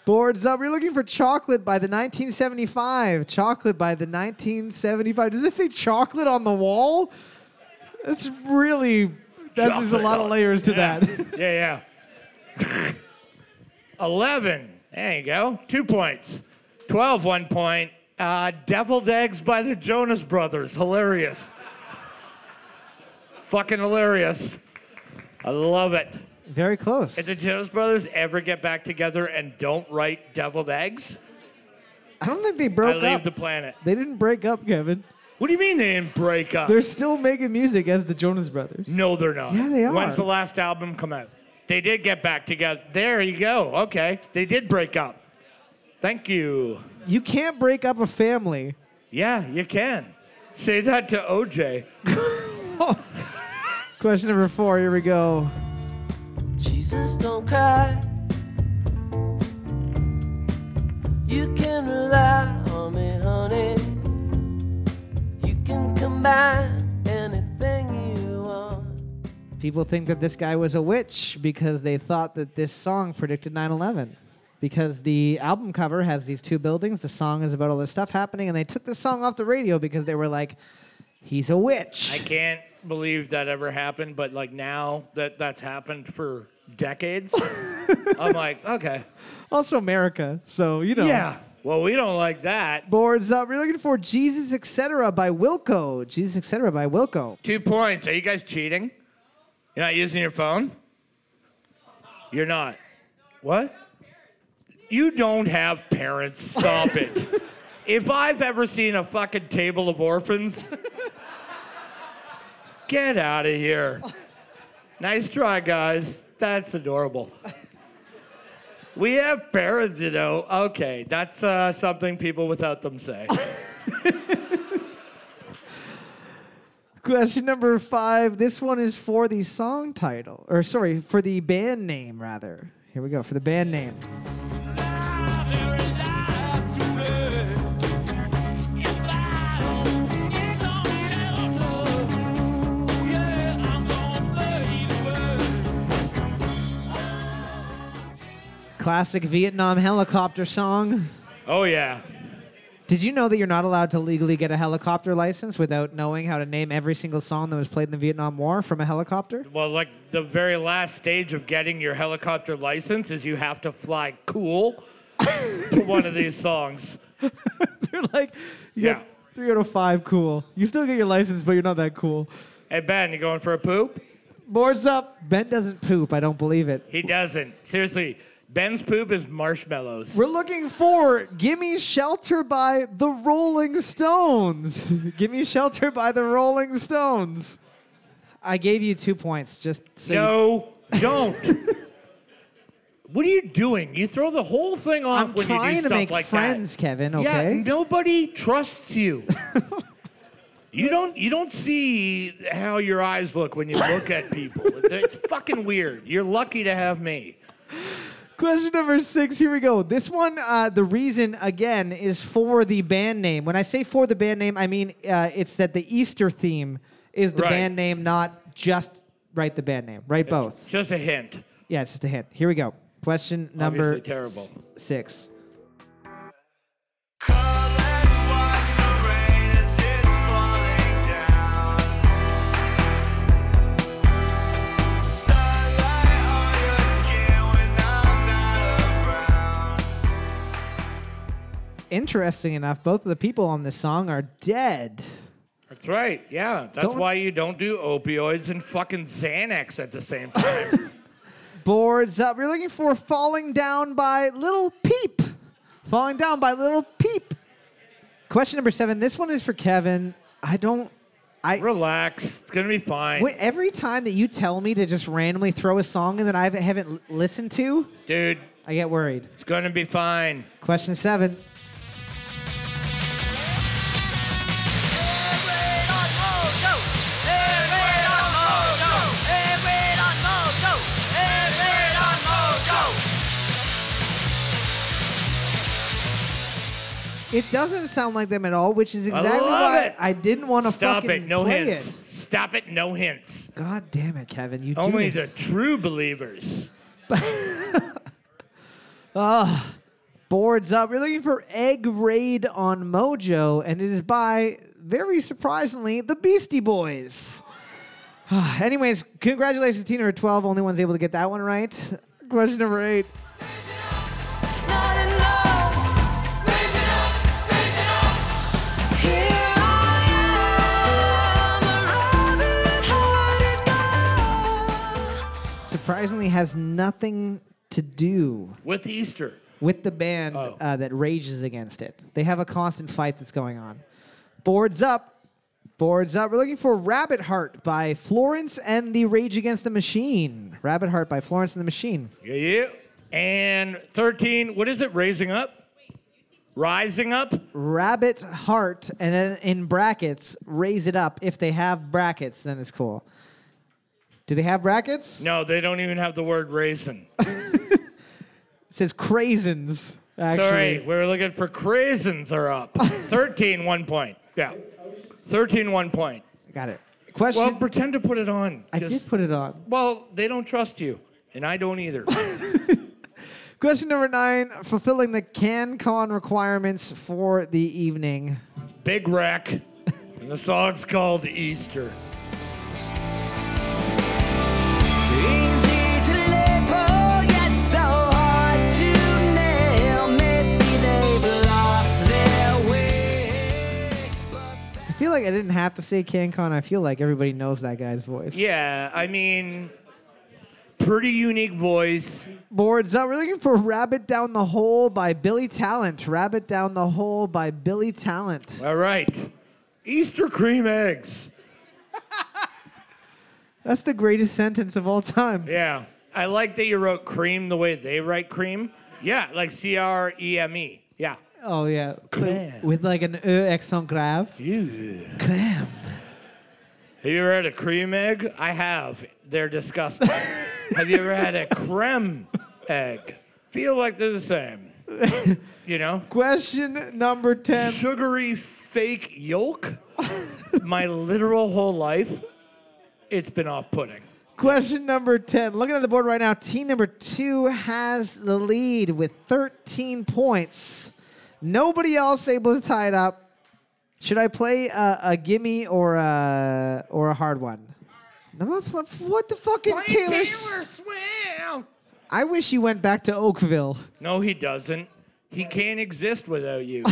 Speaker 2: Boards up. We're looking for Chocolate by the 1975. Chocolate by the 1975. Does it say chocolate on the wall? That's really, that, there's a
Speaker 3: Chocolate
Speaker 2: lot of
Speaker 3: on-
Speaker 2: layers to
Speaker 3: yeah.
Speaker 2: that.
Speaker 3: yeah, yeah. 11. There you go. Two points. 12, one point. Uh, Deviled Eggs by the Jonas Brothers. Hilarious. Fucking hilarious. I love it.
Speaker 2: Very close.
Speaker 3: Did the Jonas Brothers ever get back together and don't write Deviled Eggs?
Speaker 2: I don't think they
Speaker 3: I
Speaker 2: broke
Speaker 3: leave
Speaker 2: up.
Speaker 3: the planet.
Speaker 2: They didn't break up, Kevin.
Speaker 3: What do you mean they didn't break up?
Speaker 2: They're still making music as the Jonas Brothers.
Speaker 3: No, they're not.
Speaker 2: Yeah, they
Speaker 3: When's
Speaker 2: are.
Speaker 3: the last album come out? They did get back together. There you go. Okay. They did break up. Thank you.
Speaker 2: You can't break up a family.
Speaker 3: Yeah, you can. Say that to OJ.
Speaker 2: Question number four. Here we go.
Speaker 6: Jesus, don't cry. You can rely on me, honey. You can combine anything you want.
Speaker 2: People think that this guy was a witch because they thought that this song predicted 9 11. Because the album cover has these two buildings, the song is about all this stuff happening, and they took the song off the radio because they were like, he's a witch.
Speaker 3: I can't believe that ever happened, but like now that that's happened for decades, I'm like, okay.
Speaker 2: also, America, so you know.
Speaker 3: Yeah. Well, we don't like that.
Speaker 2: Boards up. We're looking for Jesus, etc. by Wilco. Jesus, etc. by Wilco.
Speaker 3: Two points. Are you guys cheating? You're not using your phone? You're not. What? You don't have parents. Stop it. If I've ever seen a fucking table of orphans, get out of here. Nice try, guys. That's adorable. We have parents, you know. Okay, that's uh, something people without them say.
Speaker 2: Question number five. This one is for the song title, or sorry, for the band name, rather. Here we go, for the band name. Classic Vietnam helicopter song.
Speaker 3: Oh, yeah.
Speaker 2: Did you know that you're not allowed to legally get a helicopter license without knowing how to name every single song that was played in the Vietnam War from a helicopter?
Speaker 3: Well, like the very last stage of getting your helicopter license is you have to fly cool to one of these songs.
Speaker 2: They're like, you got
Speaker 3: Yeah.
Speaker 2: 305 cool. You still get your license, but you're not that cool.
Speaker 3: Hey Ben, you going for a poop?
Speaker 2: Boards up. Ben doesn't poop. I don't believe it.
Speaker 3: He doesn't. Seriously, Ben's poop is marshmallows.
Speaker 2: We're looking for Gimme Shelter by the Rolling Stones. Gimme Shelter by the Rolling Stones. I gave you two points just so you-
Speaker 3: no, don't. what are you doing? You throw the whole thing off
Speaker 2: I'm
Speaker 3: when you do
Speaker 2: trying to
Speaker 3: stuff
Speaker 2: make
Speaker 3: like
Speaker 2: friends,
Speaker 3: that.
Speaker 2: Kevin, okay?
Speaker 3: Yeah, nobody trusts you. you don't. You don't see how your eyes look when you look at people. it's fucking weird. You're lucky to have me.
Speaker 2: Question number six. Here we go. This one, uh, the reason again is for the band name. When I say for the band name, I mean uh, it's that the Easter theme is the
Speaker 3: Right.
Speaker 2: band name, not just write the band name. Write both.
Speaker 3: Just a hint.
Speaker 2: Yeah, it's just a hint. Here we go. Question number
Speaker 3: Obviously terrible.
Speaker 2: s- six.
Speaker 5: Come, let's watch the rain as it's falling down. Sunlight on your skin when I'm not around.
Speaker 2: Interesting enough, both of the people on this song are dead.
Speaker 3: That's right. Yeah. That's
Speaker 2: Don't-
Speaker 3: why you don't do opioids and fucking Xanax at the same time.
Speaker 2: Boards up. We're looking for Falling Down by Little Peep. Falling Down by Little Peep. Question number seven. This one is for Kevin. I don't. I,
Speaker 3: Relax. It's gonna be fine,
Speaker 2: Wait, every time that you tell me to just randomly throw a song in that I haven't- haven't l- listened to,
Speaker 3: dude.
Speaker 2: I get worried.
Speaker 3: It's gonna be fine.
Speaker 2: Question seven. It doesn't sound like them at all, which is exactly
Speaker 3: love
Speaker 2: why
Speaker 3: it.
Speaker 2: I didn't want to
Speaker 3: Stop
Speaker 2: fucking
Speaker 3: it. No
Speaker 2: play
Speaker 3: hints.
Speaker 2: it.
Speaker 3: Stop it. No hints.
Speaker 2: God damn it, Kevin! You
Speaker 3: Only
Speaker 2: do this.
Speaker 3: the true believers.
Speaker 2: boards up. We're looking for Egg Raid on Mojo, and it is by, very surprisingly, the Beastie Boys. Anyways, congratulations, Tina or 12. Only one's able to get that one right. Question number eight.
Speaker 4: It's not enough. Raise it up, raise it up. Here I am, a rabbit-hearted girl.
Speaker 2: Surprisingly, has nothing to do
Speaker 3: With Easter.
Speaker 2: with the band
Speaker 3: Oh.
Speaker 2: uh, that rages against it. They have a constant fight that's going on. Boards up. Boards up. We're looking for Rabbit Heart by Florence and the Rage Against the Machine. Rabbit Heart by Florence and the Machine.
Speaker 3: Yeah, yeah. And 13, what is it? Raising up? Rising up?
Speaker 2: rabbit heart and then in brackets raise it up if they have brackets then it's cool do they have brackets
Speaker 3: No, they don't even have the word raisin.
Speaker 2: it says craisins actually
Speaker 3: Sorry, we were looking for craisins are up. 13, one point. Yeah. 13, one point.
Speaker 2: got it question
Speaker 3: Well, pretend to put it on.
Speaker 2: i
Speaker 3: Just-
Speaker 2: did put it on
Speaker 3: Well, they don't trust you, and I don't either.
Speaker 2: question number nine fulfilling the cancon requirements for the evening
Speaker 3: Big wreck. And the song's called Easter.
Speaker 5: Easy to label, yet so hard to nail. Maybe they've lost their way.
Speaker 2: i feel like i didn't have to say cancon i feel like everybody knows that guy's voice
Speaker 3: Yeah, I mean, pretty unique voice.
Speaker 2: boards up we're looking for rabbit down the hole by billy talent rabbit down the hole by billy talent
Speaker 3: All right. Easter cream eggs.
Speaker 2: That's the greatest sentence of all time.
Speaker 3: Yeah. I like that you wrote cream the way they write cream. Yeah, like C R E M E. Yeah.
Speaker 2: Oh yeah,
Speaker 3: Clam.
Speaker 2: with like an e accent grave. Clam.
Speaker 3: Have you ever had a cream egg? I have. They're disgusting. have you ever had a creme egg? Feel like they're the same. You know?
Speaker 2: Question number ten.
Speaker 3: Sugary fake yolk. My literal whole life, it's been off putting.
Speaker 2: Question number ten. Looking at the board right now, team number two has the lead with thirteen points. Nobody else able to tie it up. Should I play a, a gimme or a or a hard one? I'm gonna pl- What the fucking Taylor?
Speaker 3: Taylor
Speaker 2: S-
Speaker 3: Swift.
Speaker 2: I wish you went back to Oakville.
Speaker 3: No, he doesn't. He can't exist without you.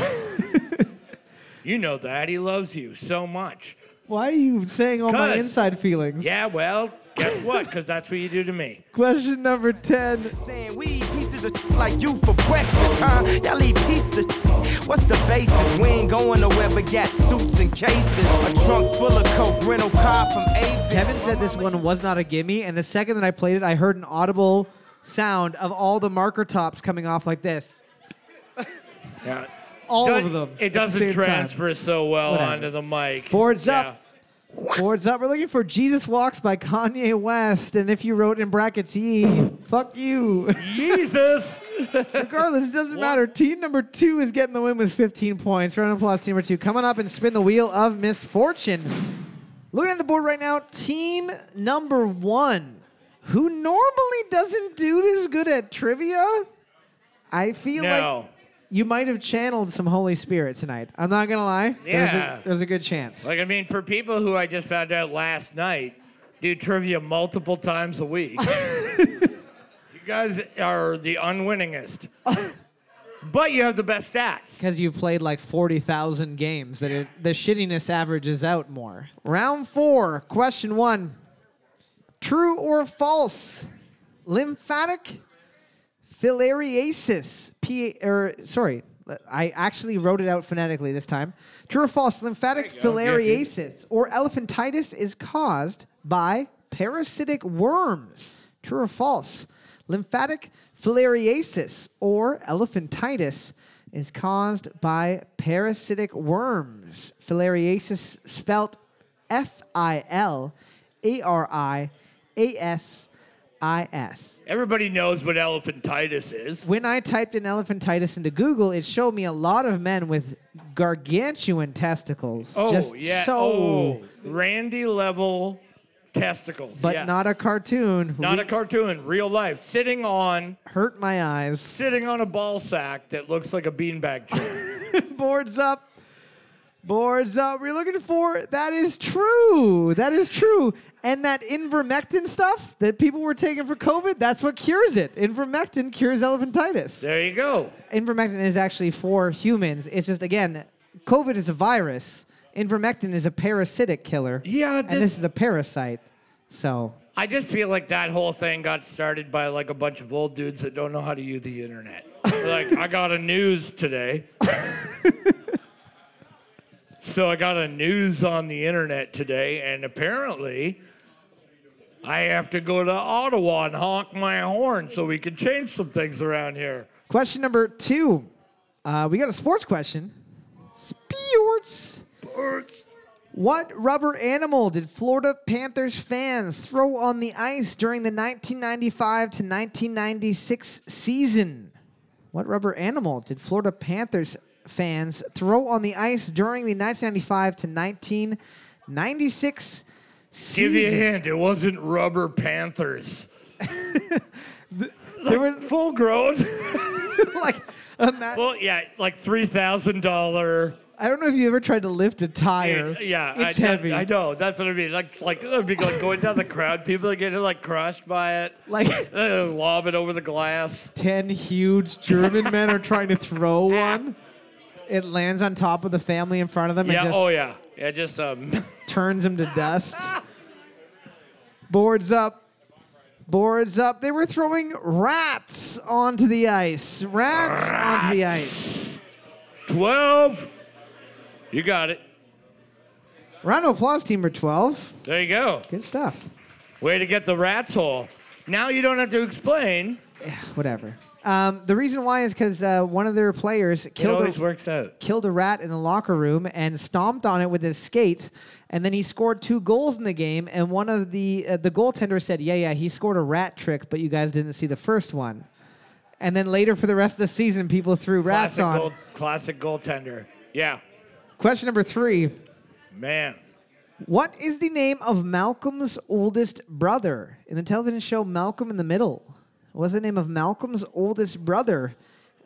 Speaker 3: you know that. He loves you so much.
Speaker 2: Why are you saying all my
Speaker 3: 'Cause-
Speaker 2: inside feelings?
Speaker 3: Yeah, well, guess what? Because that's what you do to me.
Speaker 2: Question number ten.
Speaker 5: Saying we eat pieces of shit like you for breakfast, huh? Y'all eat pieces of shit. What's the basis? We ain't going nowhere but got suits and cases. A trunk full of coke, rental car from Avis.
Speaker 2: Kevin said this one was not a gimme, and the second that I played it, I heard an audible sound of all the marker tops coming off like this.
Speaker 3: Yeah.
Speaker 2: All
Speaker 3: Does-
Speaker 2: of them. at the
Speaker 3: It doesn't
Speaker 2: same time.
Speaker 3: transfer so well
Speaker 2: Whatever.
Speaker 3: onto the mic.
Speaker 2: Boards
Speaker 3: Yeah.
Speaker 2: up. Boards up. We're looking for Jesus Walks by Kanye West. And if you wrote in brackets E, fuck you.
Speaker 3: Jesus.
Speaker 2: Regardless, it doesn't matter. Team number two is getting the win with 15 points. Round of applause, team number two. Coming up and spin the wheel of misfortune. Looking at the board right now, team number one, who normally doesn't do this good at trivia. I feel like
Speaker 3: no.
Speaker 2: you might have channeled some Holy Spirit tonight. I'm not going to lie. There's
Speaker 3: Yeah.
Speaker 2: a, there's a good chance.
Speaker 3: Like, I mean, for people who I just found out last night do trivia multiple times a week, you guys are the unwinningest. but you have the best stats.
Speaker 2: because you've played like 40,000 games that it, the shittiness averages out more. Round 4, question 1. True or false? Lymphatic filariasis. P or sorry, I actually wrote it out phonetically this time. True or false? Lymphatic filariasis or elephantitis is caused by parasitic worms. True or false? Lymphatic filariasis or elephantitis is caused by parasitic worms. Filariasis spelt F I L A R I A S I S
Speaker 3: Everybody knows what elephantitis is.
Speaker 2: when I typed in elephantitis into Google, it showed me a lot of men with gargantuan testicles.
Speaker 3: Oh,
Speaker 2: just
Speaker 3: yeah.
Speaker 2: So,
Speaker 3: Oh, Randy level testicles.
Speaker 2: but
Speaker 3: yeah.
Speaker 2: not a cartoon.
Speaker 3: Not
Speaker 2: Re-
Speaker 3: a cartoon, real life. Sitting on
Speaker 2: hurt my eyes.
Speaker 3: sitting on a ball sack that looks like a beanbag chair.
Speaker 2: Boards up. Boards up. We're looking for that is true. That is true. And that invermectin stuff that people were taking for COVID, that's what cures it. Invermectin cures elephantitis.
Speaker 3: there you go.
Speaker 2: Invermectin is actually for humans. It's just again, COVID is a virus. Invermectin is a parasitic killer.
Speaker 3: Yeah,
Speaker 2: and
Speaker 3: this-
Speaker 2: this is a parasite. So
Speaker 3: I just feel like that whole thing got started by like a bunch of old dudes that don't know how to use the internet. They're like, I got a news today. so I got a news on the internet today, and apparently I have to go to Ottawa and honk my horn so we can change some things around here.
Speaker 2: question number two, uh, we got a sports question. Sports.
Speaker 3: Birds.
Speaker 2: What rubber animal did Florida Panthers fans throw on the ice during the 1995 to 1996 season? What rubber animal did Florida Panthers fans throw on the ice during the 1995 to 1996
Speaker 3: Give you a
Speaker 2: season?
Speaker 3: hint, it wasn't rubber panthers.
Speaker 2: There was
Speaker 3: Full grown.
Speaker 2: like a ma-
Speaker 3: well, yeah, like three thousand dollar.
Speaker 2: I don't know if you ever tried to lift a tire.
Speaker 3: Yeah,
Speaker 2: it's
Speaker 3: I, that-
Speaker 2: heavy.
Speaker 3: I know. That's what I mean. Like, like that'd be like going down the crowd. People are getting like crushed by it.
Speaker 2: Like
Speaker 3: They lob it over the glass.
Speaker 2: ten huge German men are trying to throw one. It lands on top of the family in front of them
Speaker 3: Yeah.
Speaker 2: and just
Speaker 3: oh yeah. Yeah. Just um.
Speaker 2: turns him to dust. Boards up. Boards up. They were throwing rats onto the ice. Rats onto the ice.
Speaker 3: Twelve. You got it.
Speaker 2: Round of applause, team number 12.
Speaker 3: There you go.
Speaker 2: Good stuff.
Speaker 3: Way to get the rat's hole. Now you don't have to explain.
Speaker 2: Whatever. Um, the reason why is because uh, one of their players
Speaker 3: It
Speaker 2: killed
Speaker 3: always
Speaker 2: a,
Speaker 3: works out.
Speaker 2: killed a rat in the locker room and stomped on it with his skate. And then he scored two goals in the game. And one of the uh, the goaltender said, "Yeah, yeah, he scored a rat trick, but you guys didn't see the first one." And then later for the rest of the season, people threw rats
Speaker 3: Classic
Speaker 2: on.
Speaker 3: goal, classic goaltender. Yeah,
Speaker 2: Question number three:
Speaker 3: man.
Speaker 2: What is the name of Malcolm's oldest brother in the television show Malcolm in the Middle? What's the name of Malcolm's oldest brother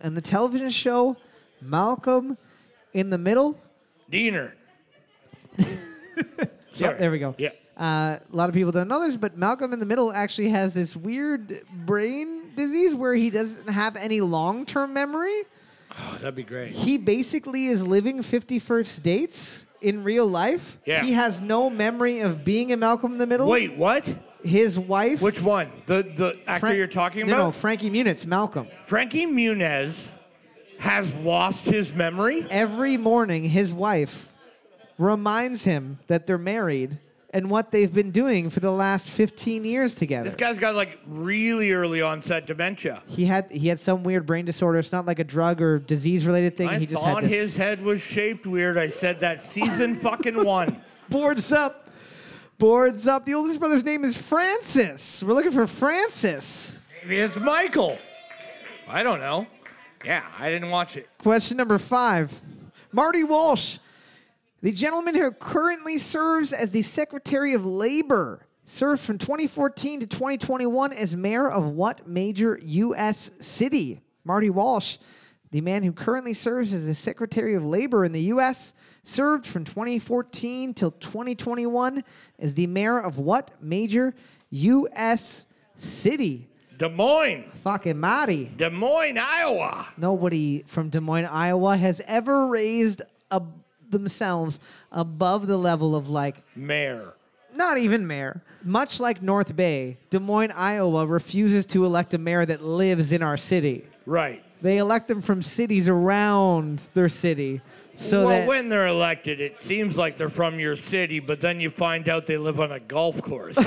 Speaker 2: in the television show Malcolm in the Middle.
Speaker 3: Diener.
Speaker 2: Yep, there we go.
Speaker 3: Yeah.
Speaker 2: Uh, a lot of people don't know this, but Malcolm in the Middle actually has this weird brain disease where he doesn't have any long term memory.
Speaker 3: Oh, that'd be great.
Speaker 2: He basically is living 51st dates in real life.
Speaker 3: Yeah.
Speaker 2: He has no memory of being in Malcolm in the Middle.
Speaker 3: Wait, what?
Speaker 2: His wife.
Speaker 3: Which one? The the actor
Speaker 2: Fran-
Speaker 3: you're talking
Speaker 2: No,
Speaker 3: about?
Speaker 2: no, Frankie Muniz, Malcolm.
Speaker 3: Frankie Muniz has lost his memory.
Speaker 2: Every morning, his wife reminds him that they're married and what they've been doing for the last 15 years together.
Speaker 3: This guy's got like really early onset dementia.
Speaker 2: He had he had some weird brain disorder. It's not like a drug or disease related thing.
Speaker 3: I
Speaker 2: he just
Speaker 3: thought
Speaker 2: had this.
Speaker 3: his head was shaped weird. I said that season fucking one.
Speaker 2: boards up, boards up. The oldest brother's name is Francis. We're looking for Francis.
Speaker 3: Maybe it's Michael. I don't know. Yeah, I didn't watch it.
Speaker 2: Question number five. Marty Walsh, the gentleman who currently serves as the Secretary of Labor, served from 2014 to 2021 as mayor of what major U.S. city? Marty Walsh, the man who currently serves as the Secretary of Labor in the U.S., served from 2014 till 2021 as the mayor of what major U.S. city?
Speaker 3: Des Moines,
Speaker 2: Fucking Marty.
Speaker 3: Des Moines, Iowa.
Speaker 2: Nobody from Des Moines, Iowa has ever raised ab- themselves above the level of like,
Speaker 3: Mayor.
Speaker 2: not even mayor. Much like North Bay, Des Moines, Iowa refuses to elect a mayor that lives in our city.
Speaker 3: Right.
Speaker 2: They elect them from cities around their city. So
Speaker 3: well,
Speaker 2: that
Speaker 3: when they're elected, it seems like they're from your city, but then you find out they live on a golf course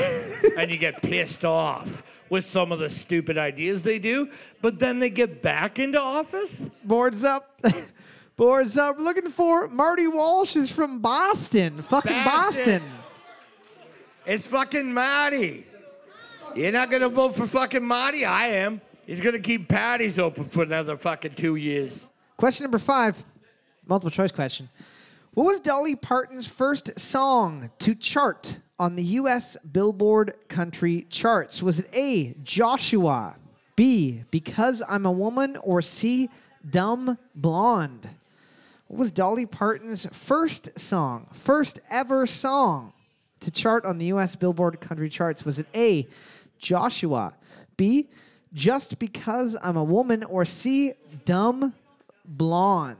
Speaker 3: and you get pissed off with some of the stupid ideas they do, but then they get back into office?
Speaker 2: boards up. boards up. We're looking for Marty Walsh is from Boston. Fucking
Speaker 3: Boston.
Speaker 2: Boston.
Speaker 3: It's fucking Marty. You're not going to vote for fucking Marty? I am. He's going to keep patties open for another fucking two years.
Speaker 2: Question number five, multiple choice question. What was Dolly Parton's first song to chart on the U.S. Billboard country charts? Was it A, Joshua, B, Because I'm a Woman, or C, Dumb Blonde? What was Dolly Parton's first song, first ever song to chart on the U.S. Billboard country charts? Was it A, Joshua, B, Just Because I'm a Woman, or C, Dumb Blonde.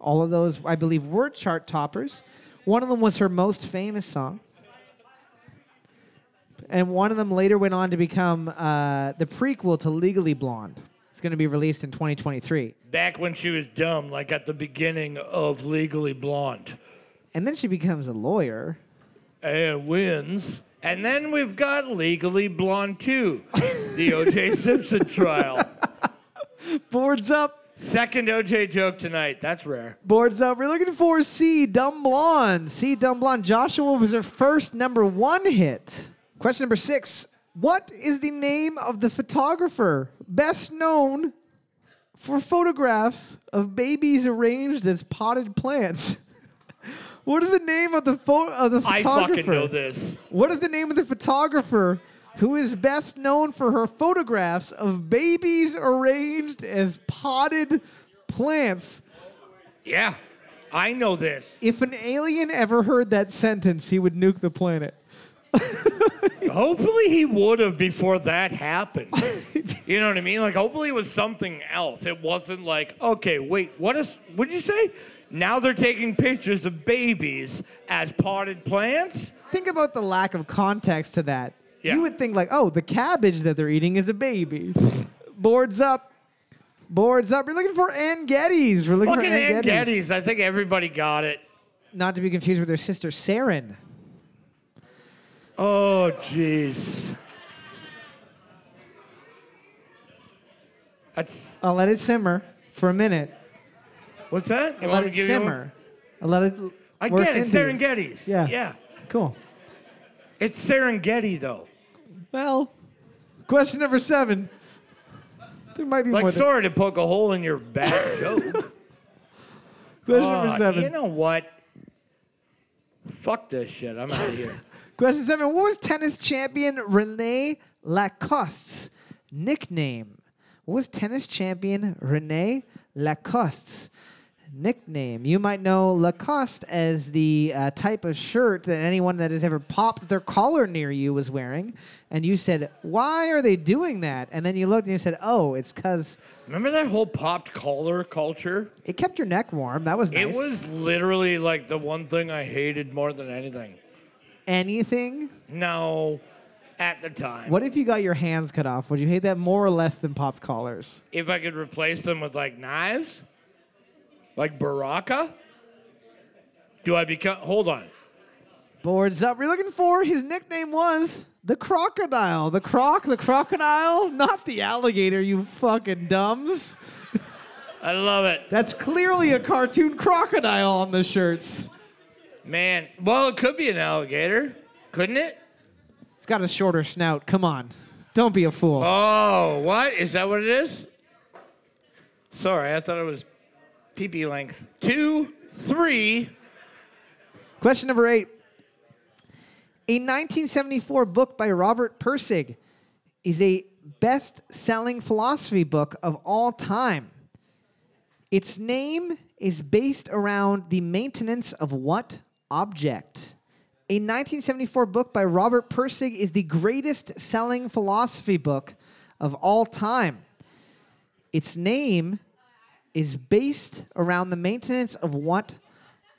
Speaker 2: All of those, I believe, were chart toppers. One of them was her most famous song. And one of them later went on to become uh, the prequel to Legally Blonde. It's going to be released in 2023.
Speaker 3: Back when she was dumb, like at the beginning of Legally Blonde.
Speaker 2: And then she becomes a lawyer.
Speaker 3: and uh, wins. And then we've got Legally Blonde 2, the OJ Simpson trial.
Speaker 2: Boards up.
Speaker 3: Second OJ joke tonight. That's rare.
Speaker 2: Boards up. We're looking for C, Dumb Blonde. C, Dumb Blonde. Joshua was her first number one hit. Question number six What is the name of the photographer best known for photographs of babies arranged as potted plants? what is the name of the, pho- of the
Speaker 3: I
Speaker 2: photographer?
Speaker 3: fucking know this.
Speaker 2: What is the name of the photographer who is best known for her photographs of babies arranged as potted plants?
Speaker 3: Yeah, I know this.
Speaker 2: If an alien ever heard that sentence, he would nuke the planet.
Speaker 3: Hopefully he would have before that happened. You know what I mean? Like, hopefully it was something else. It wasn't like, okay, wait, what is, what'd you say? Now they're taking pictures of babies as potted plants?
Speaker 2: Think about the lack of context to that.
Speaker 3: Yeah.
Speaker 2: You would think like, oh, the cabbage that they're eating is a baby. Boards up. Boards up. We're looking for Ann Geddes. We're looking
Speaker 3: Fucking
Speaker 2: for Ann,
Speaker 3: Ann Geddes. I think everybody got it.
Speaker 2: Not to be confused with her sister Saren.
Speaker 3: Oh, jeez. That's,
Speaker 2: I'll let it simmer for a minute.
Speaker 3: what's that? You
Speaker 2: I'll
Speaker 3: want
Speaker 2: let
Speaker 3: me
Speaker 2: it
Speaker 3: to give you one?
Speaker 2: simmer. I'll let it.
Speaker 3: I
Speaker 2: work
Speaker 3: get it.
Speaker 2: into you.
Speaker 3: Serengeti's.
Speaker 2: Yeah.
Speaker 3: Yeah.
Speaker 2: Cool.
Speaker 3: It's Serengeti, though.
Speaker 2: Well, question number seven. There might be
Speaker 3: Like,
Speaker 2: more.
Speaker 3: sorry to poke a hole in your bad joke.
Speaker 2: than, question
Speaker 3: Uh,
Speaker 2: number seven.
Speaker 3: You know what? Fuck this shit. I'm out of here.
Speaker 2: Question seven. What was tennis champion Renee Lacoste's nickname? What was tennis champion Renee Lacoste's nickname. You might know Lacoste as the uh, type of shirt that anyone that has ever popped their collar near you was wearing. And you said, Why are they doing that? And then you looked and you said, Oh, it's because
Speaker 3: Remember that whole popped collar culture?
Speaker 2: it kept your neck warm. That was nice.
Speaker 3: It was literally like the one thing I hated more than anything.
Speaker 2: anything.
Speaker 3: No, at the time.
Speaker 2: What if you got your hands cut off? Would you hate that more or less than popped collars?
Speaker 3: If I could replace them with like knives? Like Baraka? Do I become. Hold on.
Speaker 2: Boards up. We're looking for his nickname was the crocodile. The croc, the crocodile, not the alligator, you fucking dumbs.
Speaker 3: I love it.
Speaker 2: That's clearly a cartoon crocodile on the shirts.
Speaker 3: Man. Well, it could be an alligator, couldn't it?
Speaker 2: It's got a shorter snout. Come on. Don't be a fool.
Speaker 3: Oh, what? Is that what it is? Sorry, I thought it was PP length. Two, three.
Speaker 2: Question number eight. A 1974 book by Robert Persig is a best selling philosophy book of all time. Its name is based around the maintenance of what object? A 1974 book by Robert Persig is the greatest selling philosophy book of all time. Its name is based around the maintenance of what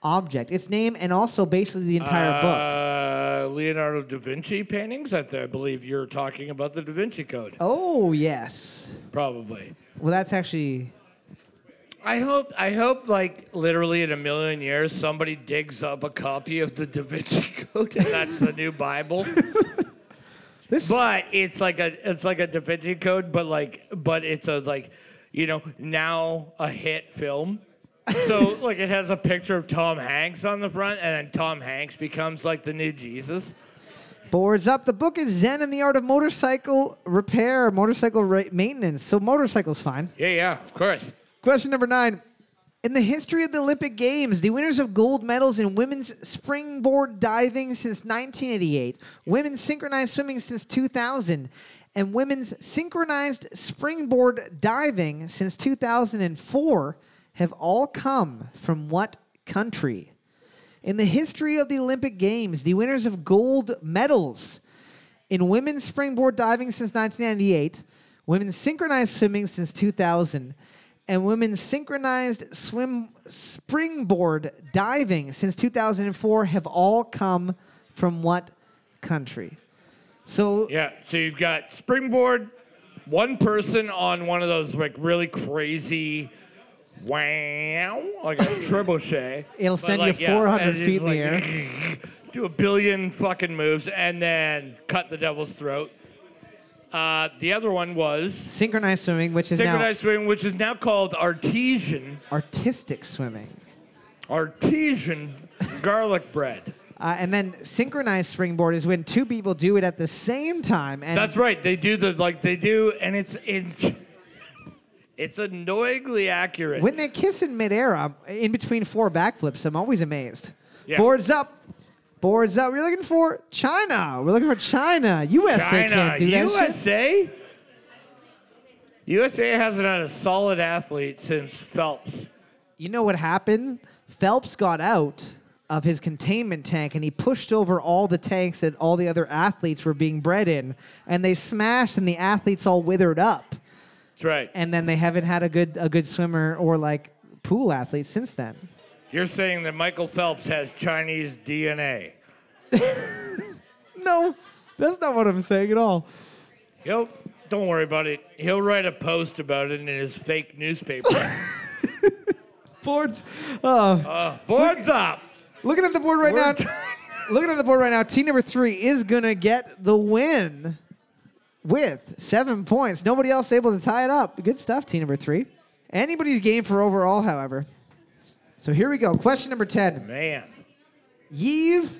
Speaker 2: object? Its name and also basically the entire book.
Speaker 3: Uh, Leonardo da Vinci paintings. I, th- I believe you're talking about the Da Vinci Code,
Speaker 2: Oh, yes.
Speaker 3: probably.
Speaker 2: Well, that's actually.
Speaker 3: I hope, I hope, like literally in a million years, somebody digs up a copy of the Da Vinci Code, and that's the new Bible.
Speaker 2: This
Speaker 3: But it's like a, it's like a Da Vinci Code, but like, but it's a like, you know, now a hit film. So like, it has a picture of Tom Hanks on the front, and then Tom Hanks becomes like the new Jesus.
Speaker 2: boards up. The book is Zen and the Art of Motorcycle Repair, Motorcycle ra- Maintenance. So, motorcycle's fine.
Speaker 3: Yeah, yeah, of course.
Speaker 2: Question number nine. In the history of the Olympic Games, the winners of gold medals in women's springboard diving since 1988, women's synchronized swimming since 2000, and women's synchronized springboard diving since 2004 have all come from what country? In the history of the Olympic Games, the winners of gold medals in women's springboard diving since 1998, women's synchronized swimming since 2000, and women's synchronized swim springboard diving since 2004 have all come from what country? So
Speaker 3: Yeah, so you've got springboard, one person on one of those like really crazy, wow, like a trebuchet.
Speaker 2: It'll
Speaker 3: But,
Speaker 2: send you
Speaker 3: like, yeah,
Speaker 2: 400
Speaker 3: and it's
Speaker 2: feet in the
Speaker 3: like,
Speaker 2: air.
Speaker 3: Do a billion fucking moves and then cut the devil's throat. Uh, the other one was
Speaker 2: synchronized swimming, which is now
Speaker 3: synchronized swimming, which is now called artesian
Speaker 2: artistic swimming.
Speaker 3: artesian garlic bread.
Speaker 2: Uh, and then synchronized springboard is when two people do it at the same time. And
Speaker 3: That's right. They do the like they do, and it's it's it's annoyingly accurate.
Speaker 2: When they kiss in midair, I'm, in between four backflips, I'm always amazed.
Speaker 3: Yeah.
Speaker 2: Boards up. Boards up. We're looking for China. We're looking for China. USA
Speaker 3: China,
Speaker 2: can't do that shit.
Speaker 3: USA. USA hasn't had a solid athlete since Phelps.
Speaker 2: You know what happened? Phelps got out of his containment tank and he pushed over all the tanks that all the other athletes were being bred in, and they smashed, and the athletes all withered up.
Speaker 3: That's right.
Speaker 2: And then they haven't had a good a good swimmer or like pool athlete since then.
Speaker 3: You're saying that Michael Phelps has Chinese DNA.
Speaker 2: No, that's not what I'm saying at all.
Speaker 3: Yep. Don't worry about it. He'll write a post about it in his fake newspaper.
Speaker 2: Boards. Oh,
Speaker 3: uh, boards up.
Speaker 2: Looking at the board right
Speaker 3: We're
Speaker 2: now.
Speaker 3: done.
Speaker 2: looking at the board right now. Team number three is gonna get the win with seven points. Nobody else able to tie it up. Good stuff, team number three. Anybody's game for overall, however. So here we go. Question number ten.
Speaker 3: Man.
Speaker 2: Yves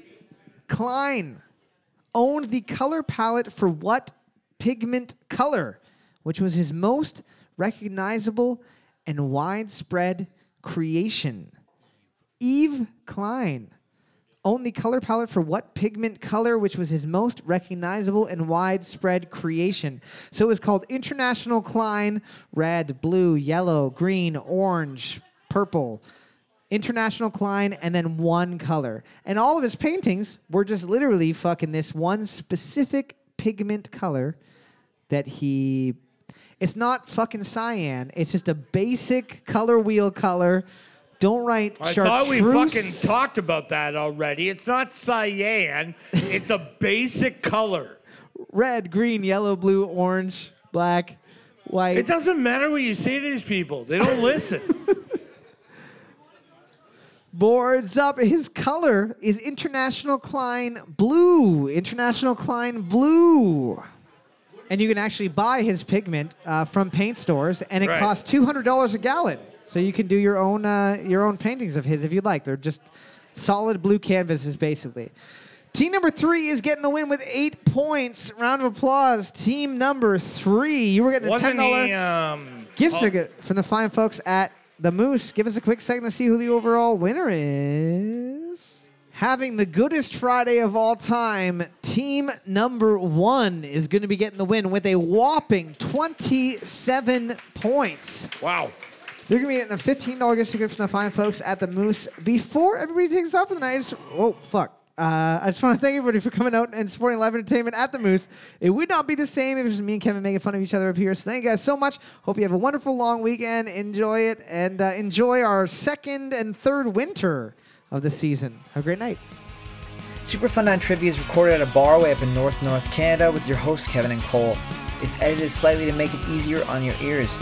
Speaker 2: Klein owned the color palette for what pigment color, which was his most recognizable and widespread creation? Yves Klein owned the color palette for What Pigment Color, which was his most recognizable and widespread creation. So it was called International Klein Red, Blue, Yellow, Green, Orange, Purple. International Klein, and then one color. And all of his paintings were just literally fucking this one specific pigment color that he. It's not fucking cyan. It's just a basic color wheel color. Don't write
Speaker 3: I thought
Speaker 2: chartreuse.
Speaker 3: we fucking talked about that already. It's not cyan. it's a basic color.
Speaker 2: Red, green, yellow, blue, orange, black, white.
Speaker 3: It doesn't matter what you say to these people. They don't listen.
Speaker 2: boards up. His color is International Klein Blue. International Klein Blue. And you can actually buy his pigment uh, from paint stores, and it
Speaker 3: Right.
Speaker 2: costs two hundred dollars a gallon. So you can do your own uh, your own paintings of his if you like. They're just solid blue canvases, basically. Team number three is getting the win with eight points. Round of applause, team number three. You were getting a ten
Speaker 3: Wasn't
Speaker 2: dollar
Speaker 3: he um
Speaker 2: gift
Speaker 3: Oh.
Speaker 2: certificate from the fine folks at the Moose. Give us a quick second to see who the overall winner is. Having the goodest Friday of all time, team number one is going to be getting the win with a whopping 27 points.
Speaker 3: wow.
Speaker 2: They're going to be getting a $15 gift certificate from the fine folks at the Moose. Before everybody takes off for the night, I just, oh, fuck. Uh, I just want to thank everybody for coming out and supporting live entertainment at the Moose. It would not be the same if it was me and Kevin making fun of each other up here. So thank you guys so much. Hope you have a wonderful long weekend. Enjoy it and uh, enjoy our second and third winter of the season. Have a great night.
Speaker 7: Superfund on Trivia is recorded at a bar way up in North North Canada with your hosts Kevin and Cole. It's edited slightly to make it easier on your ears.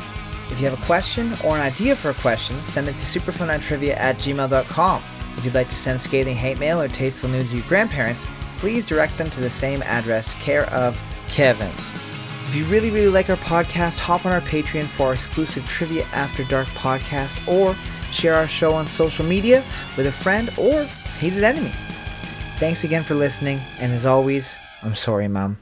Speaker 7: If you have a question or an idea for a question, send it to superfundontrivia at gmail.com. If you'd like to send scathing hate mail or tasteful news to your grandparents, please direct them to the same address, care of Kevin. If you really, really like our podcast, hop on our Patreon for our exclusive Trivia After Dark podcast or share our show on social media with a friend or hated enemy. Thanks again for listening, and as always, I'm sorry, Mom.